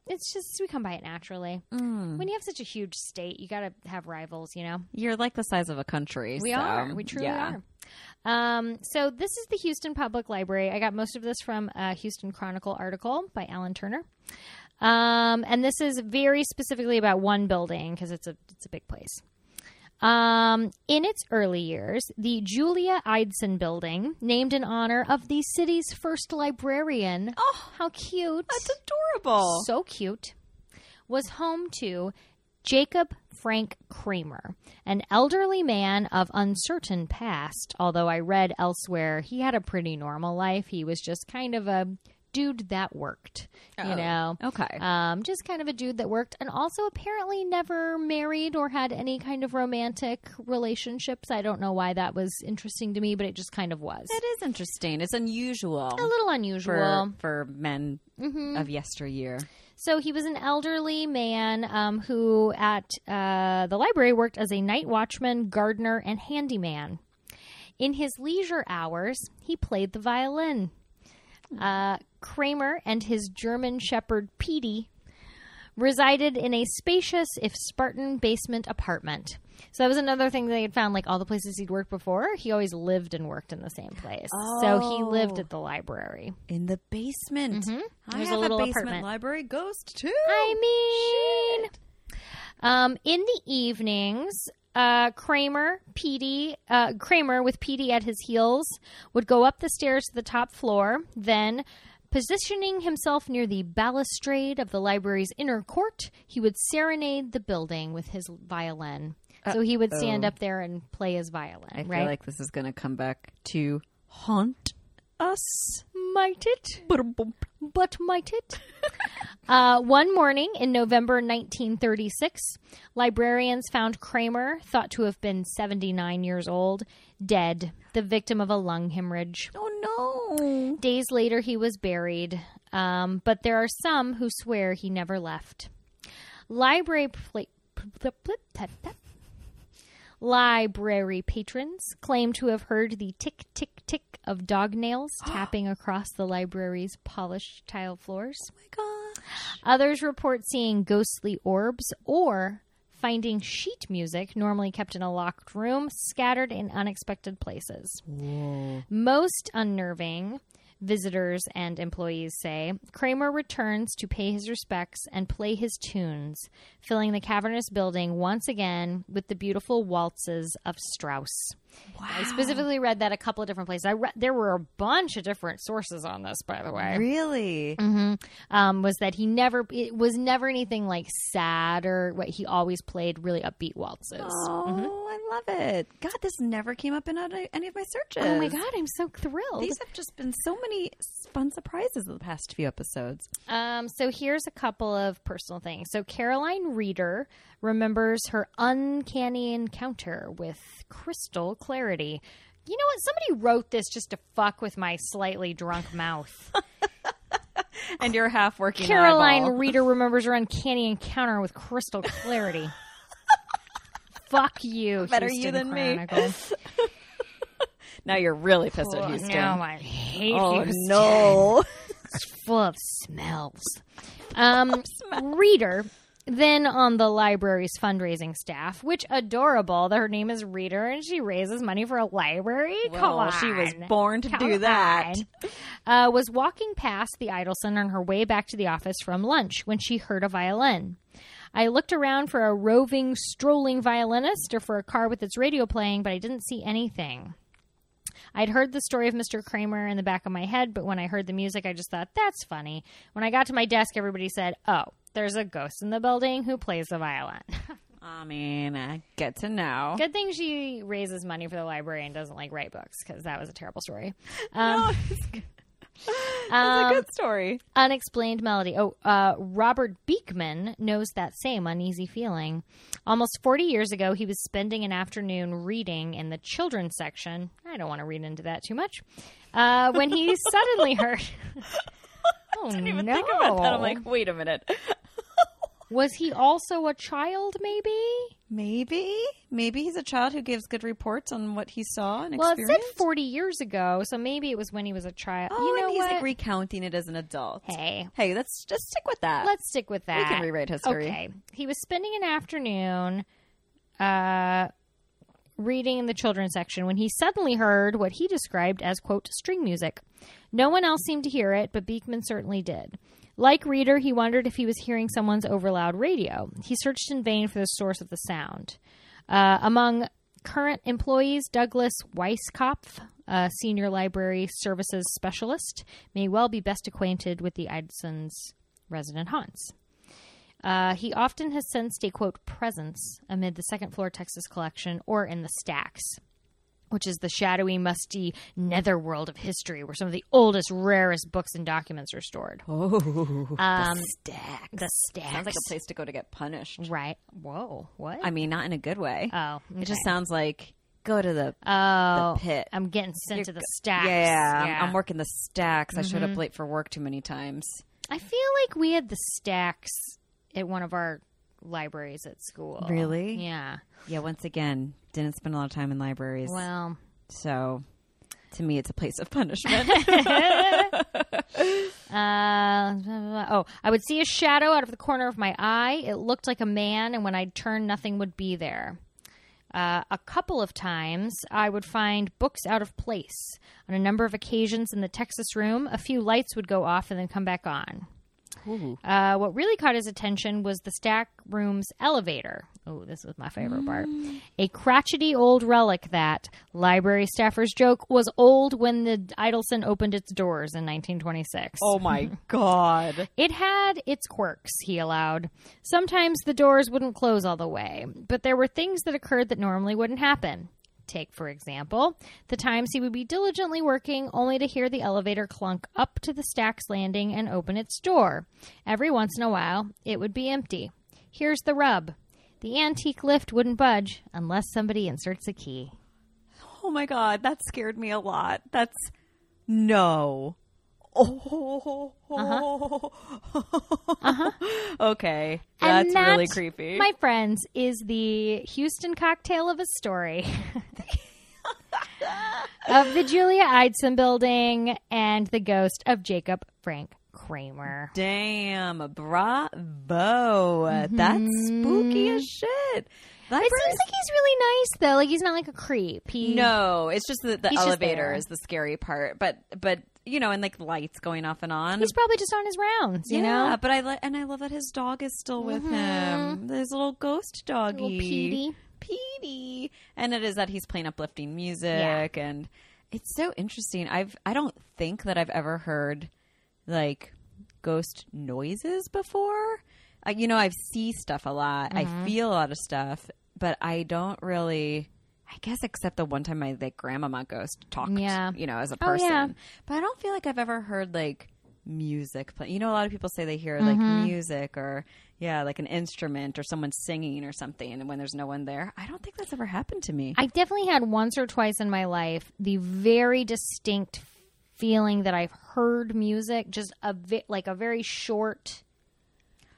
B: it's just we come by it naturally.
A: Mm.
B: When you have such a huge state, you got to have rivals, you know.
A: You're like the size of a country.
B: We
A: so,
B: are. We truly
A: yeah.
B: are. Um, so this is the Houston Public Library. I got most of this from a Houston Chronicle article by Alan Turner. Um, and this is very specifically about one building because it's a it's a big place. Um, in its early years, the Julia Eidson Building, named in honor of the city's first librarian, oh, how cute!
A: That's adorable.
B: so cute, was home to Jacob Frank Kramer, an elderly man of uncertain past. Although I read elsewhere, he had a pretty normal life. He was just kind of a dude that worked, you know.
A: Oh. okay.
B: Um, just kind of a dude that worked and also apparently never married or had any kind of romantic relationships. I don't know why that was interesting to me, but it just kind of was.
A: that is interesting. It's unusual
B: A little unusual. Mm-hmm.
A: for for men of yesteryear.
B: So he was an elderly man um, who, at uh, the library, worked as a night watchman, gardener, and handyman. In his leisure hours, he played the violin. Uh, Kramer and his German shepherd Petey resided in a spacious, if Spartan, basement apartment. So that was another thing they had found. Like all the places he'd worked before, he always lived and worked in the same place. So he lived at the library.
A: In the basement. I
B: Mm-hmm. There's a
A: have a,
B: little
A: basement
B: apartment.
A: library ghost too. Oh,
B: I mean, um, in the evenings, uh, Kramer, Petey, uh, Kramer with Petey at his heels would go up the stairs to the top floor. Then, positioning himself near the balustrade of the library's inner court, he would serenade the building with his violin. So he would stand up there and play his violin,
A: I
B: right?
A: feel like this is going to come back to haunt us.
B: Might it? but might it? (laughs) uh, one morning in November 1936, librarians found Kramer, thought to have been 79 years old, dead, the victim of a lung hemorrhage.
A: Oh no.
B: Days later, he was buried, um, but there are some who swear he never left. Library pla- Library patrons claim to have heard the tick, tick, tick of dog nails tapping across the library's polished tile floors.
A: Oh my gosh.
B: Others report seeing ghostly orbs or finding sheet music, normally kept in a locked room, scattered in unexpected places. Most unnerving, visitors and employees say, Kramer returns to pay his respects and play his tunes, filling the cavernous building once again with the beautiful waltzes of Strauss. I specifically read that a couple of different places. I re- there were a bunch of different sources on this, by the way
A: Really?
B: um, was that he never it was never anything like sad or what he always played really upbeat waltzes.
A: Oh,
B: Mm-hmm.
A: I love it. God, this never came up in any any of my searches.
B: Oh my god, I'm so thrilled.
A: These have just been so many s- fun surprises in the past few episodes.
B: Um, so here's a couple of personal things. So Caroline Reeder remembers her uncanny encounter with crystal clarity. You know what? Somebody wrote this just to fuck with my
A: (laughs)
B: slightly drunk mouth.
A: And you're half working.
B: Caroline Reader remembers her uncanny encounter with
A: (laughs)
B: crystal clarity. Fuck you,
A: Better you
B: Houston
A: than me.
B: Chronicle.
A: Now you're really pissed at
B: Oh,
A: Houston.
B: No, I hate
A: oh
B: Houston.
A: no.
B: It's full of smells. Um, Reader, then on the library's fundraising staff, which adorable. Her name is Reader, and she raises money for a library. Come
A: Well,
B: on,
A: she was born to
B: Come
A: do that.
B: on. Uh, was walking past the Idelson on her way back to the office from lunch when she heard a violin. I looked around for a roving, strolling violinist or for a car with its radio playing, but I didn't see anything. I'd heard the story of Mr. Kramer in the back of my head, but when I heard the music, I just thought, that's funny. When I got to my desk, everybody said, oh, there's a ghost in the building who plays the violin.
A: (laughs)
B: (laughs)
A: I mean, I get to know.
B: Good thing she raises money for the library and doesn't like write books because that was a
A: (laughs)
B: terrible story. Um, (laughs)
A: That's a good story.
B: Unexplained Melody. Oh, uh, Robert Beekman knows that same uneasy feeling. Almost 40 years ago, he was spending an afternoon reading in the children's section. I don't want to read into that too much. Uh, when
A: (laughs)
B: he suddenly heard. Oh, didn't
A: even
B: no.
A: think about that. I'm like, wait a minute. (laughs)
B: was he also a child, maybe?
A: Maybe, maybe he's a child who gives good reports on what he saw and
B: Well, it said
A: experienced.
B: 40 years ago, so maybe it was when he was a child.
A: oh,
B: you know
A: and he's
B: what?
A: like recounting it as an adult.
B: hey,
A: Hey, let's just stick with that.
B: Let's stick with that.
A: can rewrite history.
B: Okay. He was spending an afternoon uh, reading in the children's section when he suddenly heard what he described as, quote, string music. No one else seemed to hear it, but Beekman certainly did. Like Reader, he wondered if he was hearing someone's overloud radio. He searched in vain for the source of the sound. Uh, among current employees, Douglas Weisskopf, a senior library services specialist, may well be best acquainted with the Idson's resident haunts. Uh, he often has sensed a quote presence amid the second floor Texas collection or in the stacks, which is the shadowy, musty netherworld of history where some of the oldest, rarest books and documents are stored.
A: Oh,
B: Um,
A: stack.
B: the stacks.
A: Sounds like a place to go to get punished.
B: Right. Whoa. What?
A: I mean, not in a good way.
B: oh.
A: It just
B: okay.
A: sounds like go to the
B: Oh,
A: pit.
B: I'm getting sent
A: You're
B: to the
A: go-
B: stacks.
A: Yeah, Mm-hmm. I'm-
B: Yeah.
A: I'm, working the stacks. I showed up late for work too many times.
B: I feel like we had the stacks at one of our libraries at school.
A: Really?
B: Yeah.
A: Yeah, once again, didn't spend a lot of time in libraries.
B: Well,
A: so to me, it's a (laughs) place of punishment.
B: Uh, oh, I would see a shadow out of the corner of my eye. It looked like a man, and when I'd turn, nothing would be there. Uh, a couple of times, I would find books out of place. On a number of occasions in the Texas room, a few lights would go off and then come back on.
A: Ooh.
B: Uh, what really caught his attention was the stack room's elevator. Oh, this was my favorite part. A crotchety old relic that, library staffers joke, was old when the Idelson opened its doors in 1926.
A: Oh my god.
B: It had its quirks, he allowed. Sometimes the doors wouldn't close all the way, but there were things that occurred that normally wouldn't happen. Take, for example, the times he would be diligently working only to hear the elevator clunk up to the stack's landing and open its door. Every once in a while, it would be empty. Here's the rub the antique lift wouldn't budge unless somebody inserts a key.
A: Oh my god, that scared me a lot. That's no. Oh. (laughs) okay. Uh-huh. That's
B: and that,
A: really creepy.
B: My friends, is the Houston cocktail of a (laughs) story of the Julia Eidson building and the ghost of Jacob Frank Kramer.
A: Damn, bravo. That's spooky as shit. That
B: It seems like he's really nice though. Like he's not like a creep. He
A: No, it's just that the
B: He's just
A: elevator
B: there.
A: is the scary part. But but you know, and like lights going off and on.
B: he's probably just on his rounds, you
A: yeah,
B: know? Mm-hmm.
A: but I li- and I love that his dog is still with him. His little ghost doggy,
B: Little Petey.
A: Petey, and it is that he's playing uplifting music, and it's so interesting. I've I don't think that I've ever heard like ghost noises before. Uh, you know, I've see stuff a lot.
B: Mm-hmm.
A: I feel a lot of stuff, but I don't really. I guess except the one time my like grandmama ghost talked,
B: Yeah.
A: you know, as a
B: Oh,
A: person.
B: yeah.
A: But I don't feel like I've ever heard like music play. You know, a lot of people say they hear like
B: Mm-hmm.
A: music or yeah, like an instrument or someone singing or something. And when there's no one there, I don't think that's ever happened to me.
B: I definitely had once or twice in my life the very distinct feeling that I've heard music, just a vi- like a very short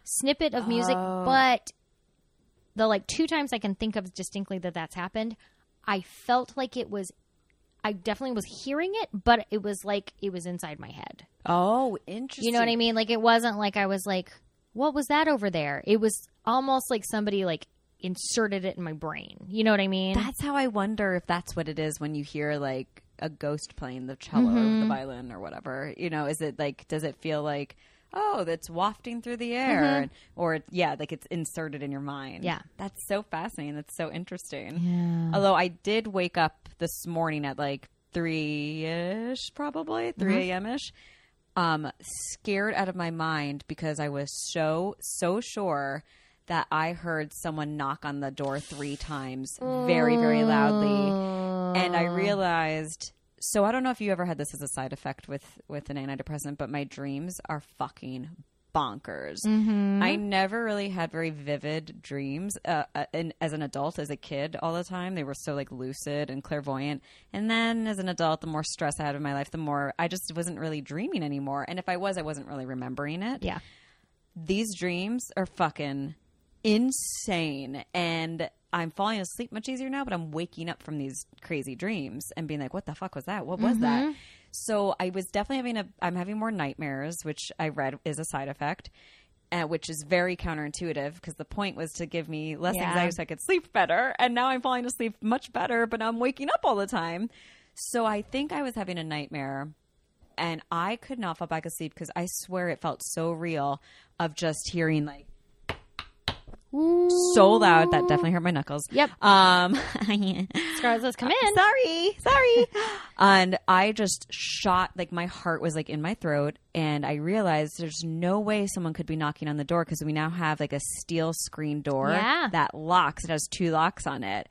B: snippet of music, but the like two times I can think of distinctly that that's happened, I felt like it was I definitely was hearing it, but it was like it was inside my head.
A: oh, interesting.
B: You know what I mean? Like it wasn't like I was like, what was that over there? It was almost like somebody like inserted it in my brain. You know what I mean?
A: That's how I wonder if that's what it is when you hear like a ghost playing the cello or
B: Mm-hmm.
A: the violin or whatever. You know, is it like, does it feel like, oh, that's wafting through the air? Or, yeah, like it's inserted in your mind.
B: Mm-hmm. Yeah.
A: That's so fascinating. That's so interesting. Although I did wake up this morning at like 3 ish, probably
B: Mm-hmm.
A: 3 a.m. ish. Um, scared out of my mind because I was so, so sure that I heard someone knock on the door three times very, very loudly. And I realized so I don't know if you ever had this as a side effect with, with an antidepressant, but my dreams are fucking bonkers. I never really had very vivid dreams uh, uh, in, as an adult, as a kid, all the time. They were so like lucid and clairvoyant. And then as an adult, the more stress I had in my life, the more I just wasn't really dreaming anymore. And if I was, I wasn't really remembering it
B: yeah.
A: these dreams are fucking insane and I'm falling asleep much easier now, but I'm waking up from these crazy dreams and being like, what the fuck was that? What was that? So I was definitely having a, I'm having more nightmares, which I read is a side effect. uh, which is very counterintuitive because the point was to give me less
B: Yeah.
A: anxiety so I could sleep better. And now I'm falling asleep much better, but I'm waking up all the time. So I think I was having a nightmare and I could not fall back asleep because I swear it felt so real of just hearing like so loud that definitely hurt my knuckles.
B: Yep.
A: Um, (laughs) (gasps)
B: Scarlett says, come in.
A: sorry, sorry.
B: (laughs)
A: and I just shot, like, my heart was, like, in my throat. And I realized there's no way someone could be knocking on the door because we now have, like, a steel screen door
B: Yeah.
A: that locks. It has two locks on it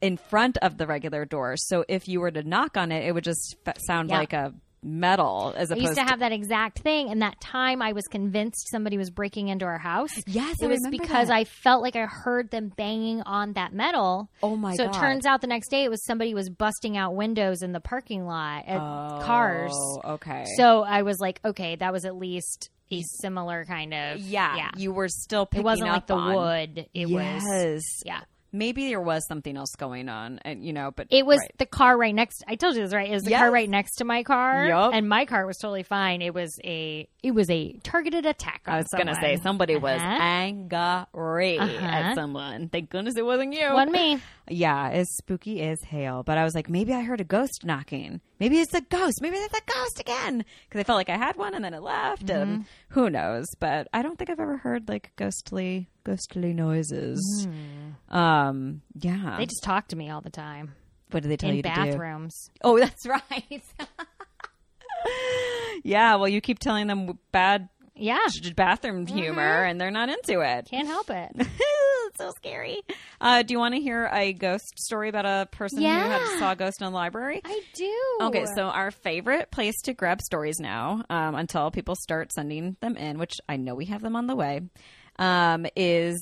A: in front of the regular door. So if you were to knock on it, it would just f- sound
B: Yeah.
A: like a metal as
B: I
A: opposed
B: used to have that exact thing, and that time I was convinced somebody was breaking into our house.
A: (gasps) Yes,
B: it
A: I
B: was
A: remember
B: because
A: that.
B: I felt like I heard them banging on that metal.
A: Oh, my
B: So
A: God.
B: it turns out the next day it was somebody was busting out windows in the parking lot at cars.
A: Oh, okay.
B: So I was like, okay, that was at least a similar kind of
A: yeah,
B: yeah.
A: you were still picking
B: it wasn't like
A: up
B: the
A: on-
B: wood. It was
A: yes.
B: yeah.
A: Maybe there was something else going on, and you know, but
B: It was
A: right.
B: the car right next. I told you this, right? It was the
A: Yes.
B: car right next to my car,
A: Yup.
B: and my car was totally fine. It was a it was a targeted attack. On
A: I was going to say
B: someone.
A: somebody was
B: Uh-huh.
A: angry at
B: Uh-huh.
A: someone. Thank goodness it wasn't you.
B: One me.
A: Yeah, as spooky as hail. But I was like, maybe I heard a ghost knocking. Maybe it's a ghost. Maybe that's a ghost again. Because I felt like I had one and then it left.
B: Mm-hmm.
A: And who knows? But I don't think I've ever heard like ghostly, ghostly noises. Um, yeah.
B: Hmm. They just talk to me all the time
A: what did they tell
B: in
A: you to do?
B: bathrooms.
A: Oh, that's right. yeah. Well, you keep telling them bad
B: Yeah,
A: bathroom
B: Mm-hmm.
A: humor, and they're not into it.
B: can't help it.
A: it's (laughs) so scary. Uh, do you want to hear a ghost story about a person who had
B: Yeah.
A: saw a ghost in a library?
B: I do.
A: Okay, so our favorite place to grab stories now, um, until people start sending them in, which I know we have them on the way, um, is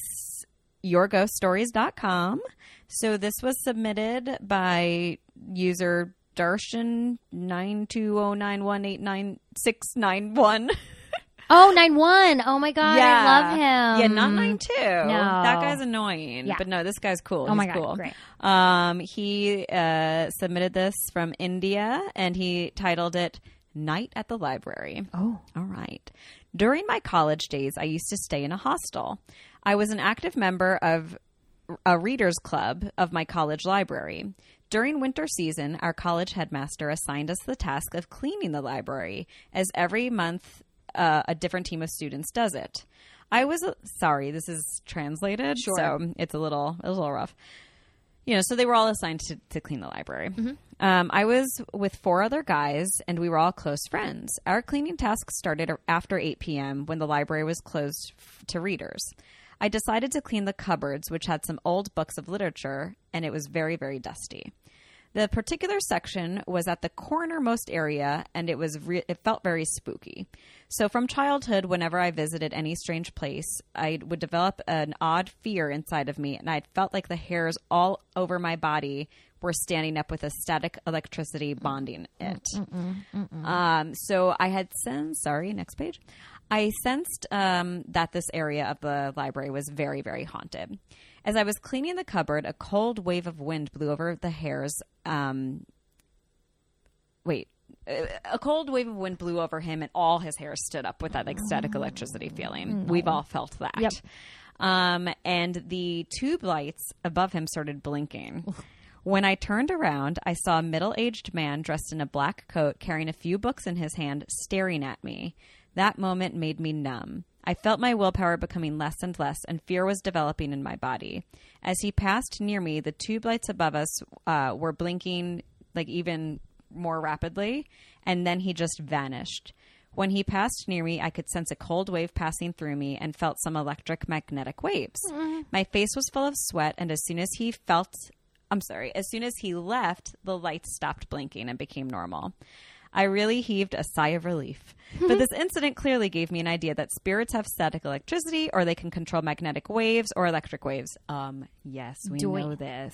A: yourghoststories.com. So this was submitted by user Darshan nine two zero nine one eight nine six nine one.
B: oh nine one. Oh my god, I love
A: Yeah,
B: him.
A: not mine too. That guy's annoying.
B: Yeah.
A: But no, this guy's cool.
B: Oh my
A: He's
B: God,
A: cool.
B: great.
A: Um, he uh, submitted this from India, and he titled it "Night at the Library."
B: Oh,
A: All right. During my college days, I used to stay in a hostel. I was an active member of a readers club of my college library. During winter season, our college headmaster assigned us the task of cleaning the library, as every month uh, a different team of students does it. I was sorry, this is translated, so it's a little a little rough you know, so they were all assigned to, to clean the library. Um, I was with four other guys, and we were all close friends. Our cleaning task started ar- after 8 p.m. when the library was closed f- to readers. I decided to clean the cupboards, which had some old books of literature, and it was very, very dusty. The particular section was at the cornermost area, and it was re- it felt very spooky. So, from childhood, whenever I visited any strange place, I would develop an odd fear inside of me, and I felt like the hairs all over my body were standing up with a static electricity bonding it. Um, so I had sensed, sorry, next page. I sensed um, that this area of the library was very, very haunted. As I was cleaning the cupboard, a cold wave of wind blew over the hairs. Um, wait. Uh, A cold wave of wind blew over him, and all his hair stood up with that like static electricity feeling. We've all felt that.
B: Yep.
A: Um, and the tube lights above him started blinking. When I turned around, I saw a middle aged man dressed in a black coat carrying a few books in his hand staring at me. That moment made me numb. I felt my willpower becoming less and less, and fear was developing in my body. As he passed near me, the tube lights above us uh, were blinking like even more rapidly, and then he just vanished. When he passed near me, I could sense a cold wave passing through me and felt some electric magnetic waves. My face was full of sweat, and as soon as he felt, I'm sorry, as soon as he left, the lights stopped blinking and became normal. I really heaved a sigh of relief. But this incident clearly gave me an idea that spirits have static electricity or they can control magnetic waves or electric waves. Um, yes, we
B: Doing
A: know this.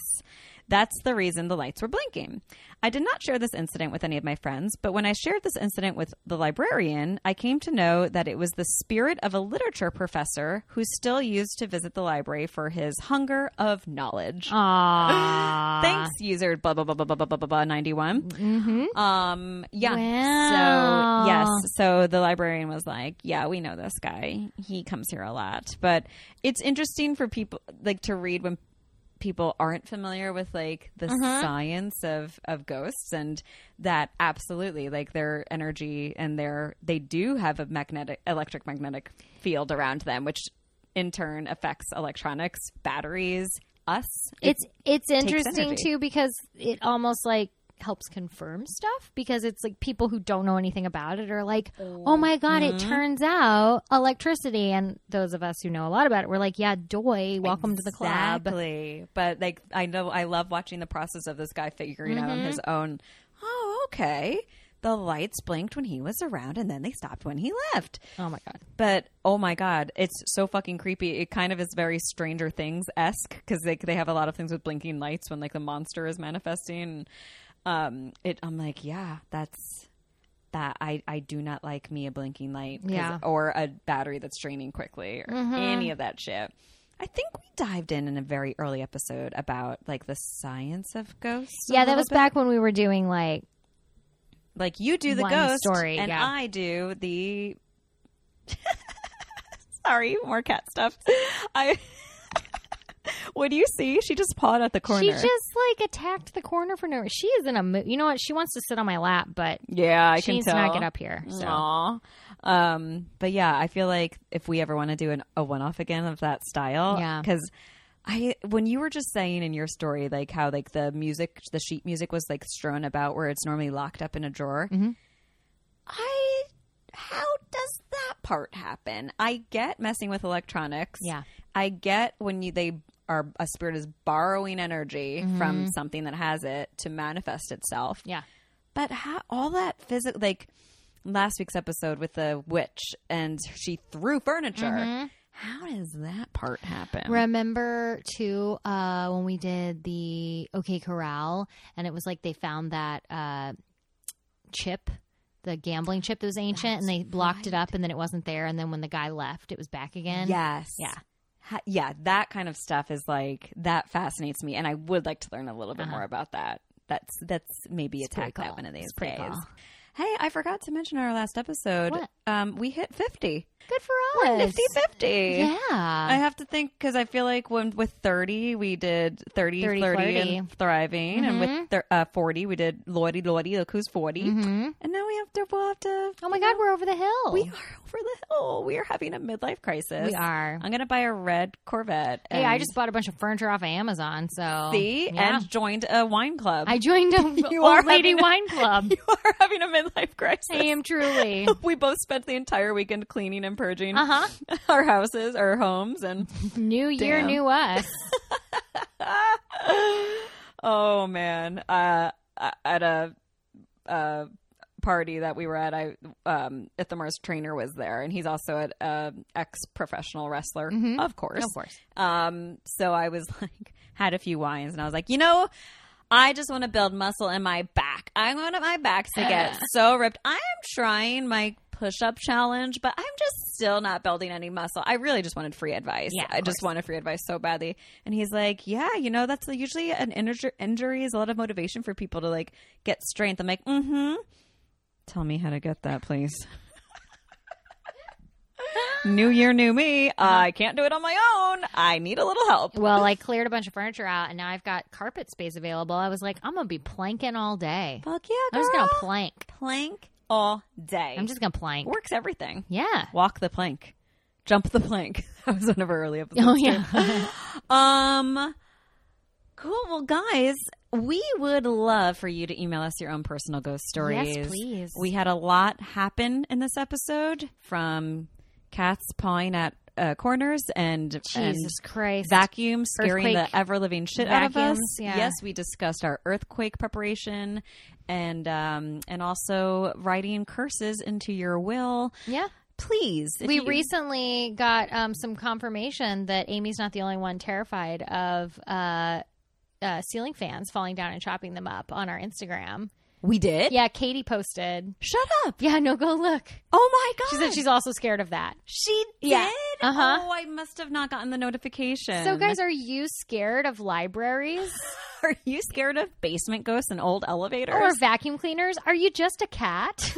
A: That's the reason the lights were blinking. I did not share this incident with any of my friends, but when I shared this incident with the librarian, I came to know that it was the spirit of a literature professor who still used to visit the library for his hunger of knowledge. (laughs)
B: Aww.
A: Thanks, user blah blah blah blah blah blah blah blah ninety one.
B: Mhm.
A: Um, yeah.
B: Wow.
A: So yes, so the librarian was like, "Yeah, we know this guy. He comes here a lot." But it's interesting for people like to read when people aren't familiar with like the science of of ghosts and that absolutely like their energy and their they do have a magnetic electric magnetic field around them, which in turn affects electronics, batteries, us.
B: It's it's interesting
A: energy.
B: too because it almost like helps confirm stuff because it's like people who don't know anything about it are like, "Oh my god, it
A: Mm-hmm.
B: turns out electricity." And those of us who know a lot about it, we're like, "Yeah, doy, welcome to the club."
A: Exactly. But like I know I love watching the process of this guy figuring out on his
B: Mm-hmm.
A: own. Oh, okay. The lights blinked when he was around and then they stopped when he left.
B: Oh my god.
A: But oh my god, it's so fucking creepy. It kind of is very Stranger Things esque because they they have a lot of things with blinking lights when like the monster is manifesting. Um, it I'm like, yeah, that's that. I I do not like me a blinking light, 'cause-
B: Yeah. Mm-hmm.
A: or a battery that's draining quickly, or any of that shit. I think we dived in in a very early episode about like the science of ghosts. a
B: Yeah, that
A: little
B: was
A: bit.
B: back when we were doing like
A: Like you do the
B: One
A: ghost
B: story,
A: and
B: yeah.
A: I do the (laughs) Sorry, more cat stuff. I (laughs) What do you see? She just pawed at the corner.
B: she just like attacked the corner for no. She is in a mood. You know what? She wants to sit on my lap, but
A: yeah, I
B: she
A: can
B: needs
A: tell.
B: to not get up here. So.
A: Aw. Um, but yeah, I feel like if we ever want to do an, a one-off again of that style,
B: Yeah.
A: because I when you were just saying in your story like how like the music, the sheet music was like strewn about where it's normally locked up in a drawer.
B: Mm-hmm.
A: I how does that part happen? I get messing with electronics.
B: Yeah.
A: I get when you they are a spirit is borrowing energy
B: Mm-hmm.
A: from something that has it to manifest itself.
B: Yeah.
A: But how all that physical like last week's episode with the witch and she threw furniture.
B: Mm-hmm.
A: How does that part happen?
B: Remember too uh, when we did the OK Corral, and it was like they found that uh, chip, the gambling chip that was ancient, and they blocked it up, and then it wasn't there, and then when the guy left, it was back again.
A: Yes.
B: Yeah.
A: Ha- yeah, that kind of stuff is like that fascinates me and I would like to learn a little bit more about that. That's that's maybe
B: Uh-huh. It's pretty
A: attack that
B: cool.
A: one of these
B: It's pretty
A: days.
B: cool.
A: Hey, I forgot to mention our last episode.
B: What?
A: Um we hit 50.
B: good for
A: We're
B: us.
A: nifty 50.
B: Yeah,
A: I have to think because I feel like when with 30 we did 30, 30
B: 30, flirty. Mm-hmm.
A: and thriving, and with thir- uh, 40 we did Lordy Lordy. Look who's 40, and now we have to we'll have to.
B: Mm-hmm. Oh my God, we're over the hill.
A: We are over the hill. We are having a midlife crisis.
B: We are.
A: I'm gonna buy a red Corvette.
B: Hey, I
A: and
B: just bought a bunch of furniture off of Amazon, so
A: see
B: yeah.
A: and joined a wine club. (laughs)
B: I joined a
A: You are
B: old lady
A: having a- (laughs)
B: wine club.
A: you are having a midlife crisis.
B: I am truly.
A: (laughs) We both spent the entire weekend cleaning and purging
B: Uh-huh.
A: (laughs) our houses, our homes, and
B: New year,
A: Damn.
B: new us.
A: (laughs) Oh man, uh, at a uh, party that we were at, I um, Ithamar's trainer was there, and he's also an uh, ex-professional wrestler, of course,
B: Of course.
A: Um, so I was (laughs) like, had a few wines, and I was like, you know. I just want to build muscle in my back. I want my backs to
B: (sighs)
A: get so ripped. I am trying my push-up challenge, but I'm just still not building any muscle. I really just wanted free advice.
B: Yeah, of
A: I just
B: course.
A: wanted free advice so badly. And he's like, "Yeah, you know, that's usually an injury. Injury is a lot of motivation for people to like get strength." I'm like, "Mm-hmm." Tell me how to get that, please. new year, new me. I can't do it on my own. I need a little help.
B: Well, I cleared a bunch of furniture out, and now I've got carpet space available. I was like, I'm gonna be planking all day.
A: Fuck yeah,
B: I'm just gonna plank.
A: plank all day.
B: I'm just gonna plank.
A: works everything.
B: Yeah.
A: Walk the plank. Jump the plank. (laughs) That was one of our early episodes.
B: Oh
A: too.
B: yeah.
A: Um, cool. Well, guys, we would love for you to email us your own personal ghost stories.
B: please.
A: We had a lot happen in this episode from cats pawing at uh, corners and and
B: (laughs) Jesus Christ.
A: vacuum scaring
B: Earthquake
A: the ever living shit out of
B: vacuums,
A: us.
B: yeah.
A: Yes, we discussed our earthquake preparation and um and also writing curses into your will.
B: yeah.
A: Please, if
B: We
A: you-
B: recently got um, some confirmation that Amy's not the only one terrified of uh, uh, ceiling fans falling down and chopping them up on our Instagram.
A: We did?
B: Yeah, Katie posted.
A: Shut up.
B: Yeah, no, go look.
A: Oh my God.
B: She said she's also scared of that.
A: She did?
B: Yeah. Uh-huh.
A: Oh, I must have not gotten the notification.
B: So, guys, are you scared of libraries
A: (laughs) are you scared of basement ghosts and old elevators?
B: or vacuum cleaners? Are you just a (laughs) cat?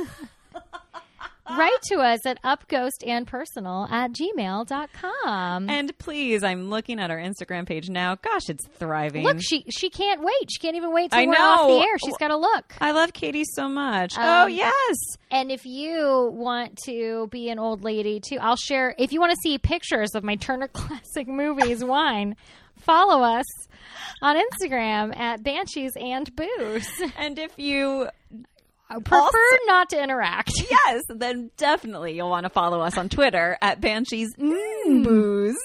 B: Write to us at upghostandpersonal at gmail.com.
A: and please, I'm looking at our Instagram page now. Gosh, it's thriving.
B: Look, she she can't wait. She can't even wait till
A: I
B: we're off
A: know.
B: the air. She's got to look.
A: I love Katie so much. oh,
B: Um,
A: yes.
B: And if you want to be an old lady too, I'll share. If you want to see pictures of my Turner (laughs) Classic Movies wine, follow us on Instagram at Banshees and (laughs) Booze.
A: And if you,
B: Prefer not to interact.
A: yes, then definitely you'll want to follow us on Twitter at Banshees mm, Booze.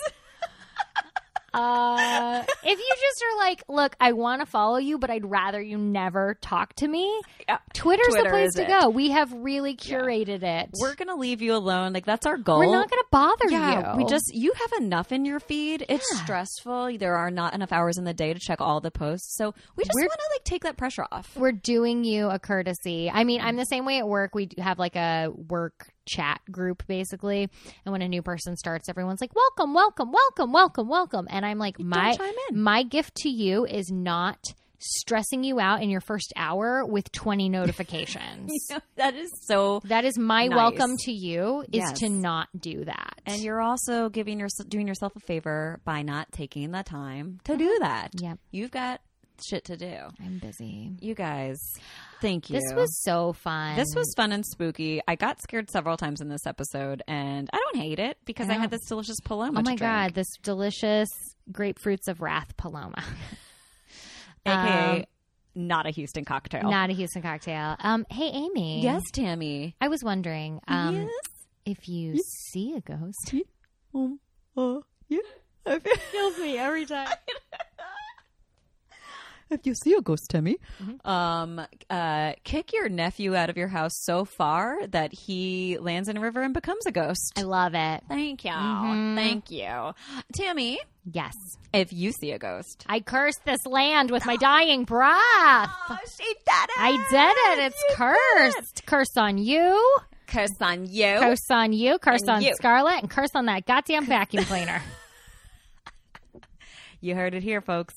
B: Uh, if you just are like, look, I want to follow you, but I'd rather you never talk to me.
A: Yeah.
B: Twitter's
A: Twitter
B: the place
A: is
B: to
A: it.
B: go. We have really curated it.
A: We're going to leave you alone. Like, that's our goal.
B: We're not going to bother
A: yeah,
B: you.
A: we just you have enough in your feed. It's stressful. There are not enough hours in the day to check all the posts, so we just
B: We're-
A: want to like take that pressure off. (laughs)
B: we're doing you a courtesy. I mean, I'm the same way at work. We do have like a work chat group basically. And when a new person starts, everyone's like, "Welcome, welcome, welcome, welcome, welcome." And I'm like, "My
A: chime in.
B: my gift to you is not stressing you out in your first hour with 20 notifications." (laughs)
A: that is so.
B: That is my
A: Nice.
B: welcome to you is
A: Yes.
B: to not do that.
A: And you're also giving your doing yourself a favor by not taking the time to
B: Uh-huh.
A: do that.
B: Yep.
A: you've got shit to do.
B: I'm busy.
A: You guys, thank you.
B: This was so fun.
A: This was fun and spooky. I got scared several times in this episode, and I don't hate it because I,
B: No.
A: had this delicious paloma.
B: Oh
A: to
B: my
A: drink,
B: god, this delicious grapefruits of wrath paloma.
A: aka
B: Um,
A: not a Houston cocktail.
B: Not a Houston cocktail. Um, hey, Amy.
A: Oh. yes, Tammy.
B: I was wondering um,
A: yes.
B: if you see a ghost.
A: Um, uh, yeah. (laughs) If you,
B: Kills
A: (laughs)
B: me every time.
A: if you see a ghost, Timmy, um, uh, kick your nephew out of your house so far that he lands in a river and becomes a ghost.
B: I love it.
A: Thank you.
B: Mhm.
A: Thank you. Tammy,
B: Yes.
A: if you see a ghost.
B: I cursed this land with my dying breath.
A: Oh, she did it.
B: I did it. It's cursed. Curse on you.
A: Curse on you.
B: Curse on you. Curse
A: Oh. And
B: on
A: you.
B: Scarlet. And curse on that goddamn vacuum cleaner.
A: You heard it here, folks.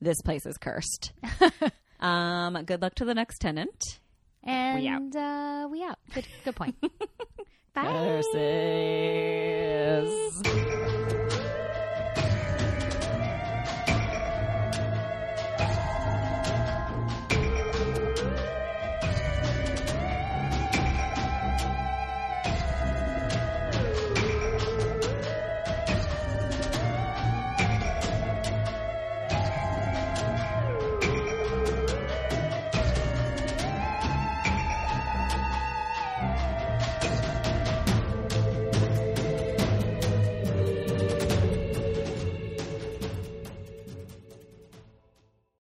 A: This place is (laughs) cursed. um, good luck to the next tenant.
B: And uh, we out. Good, good point. Bye.
A: Curses.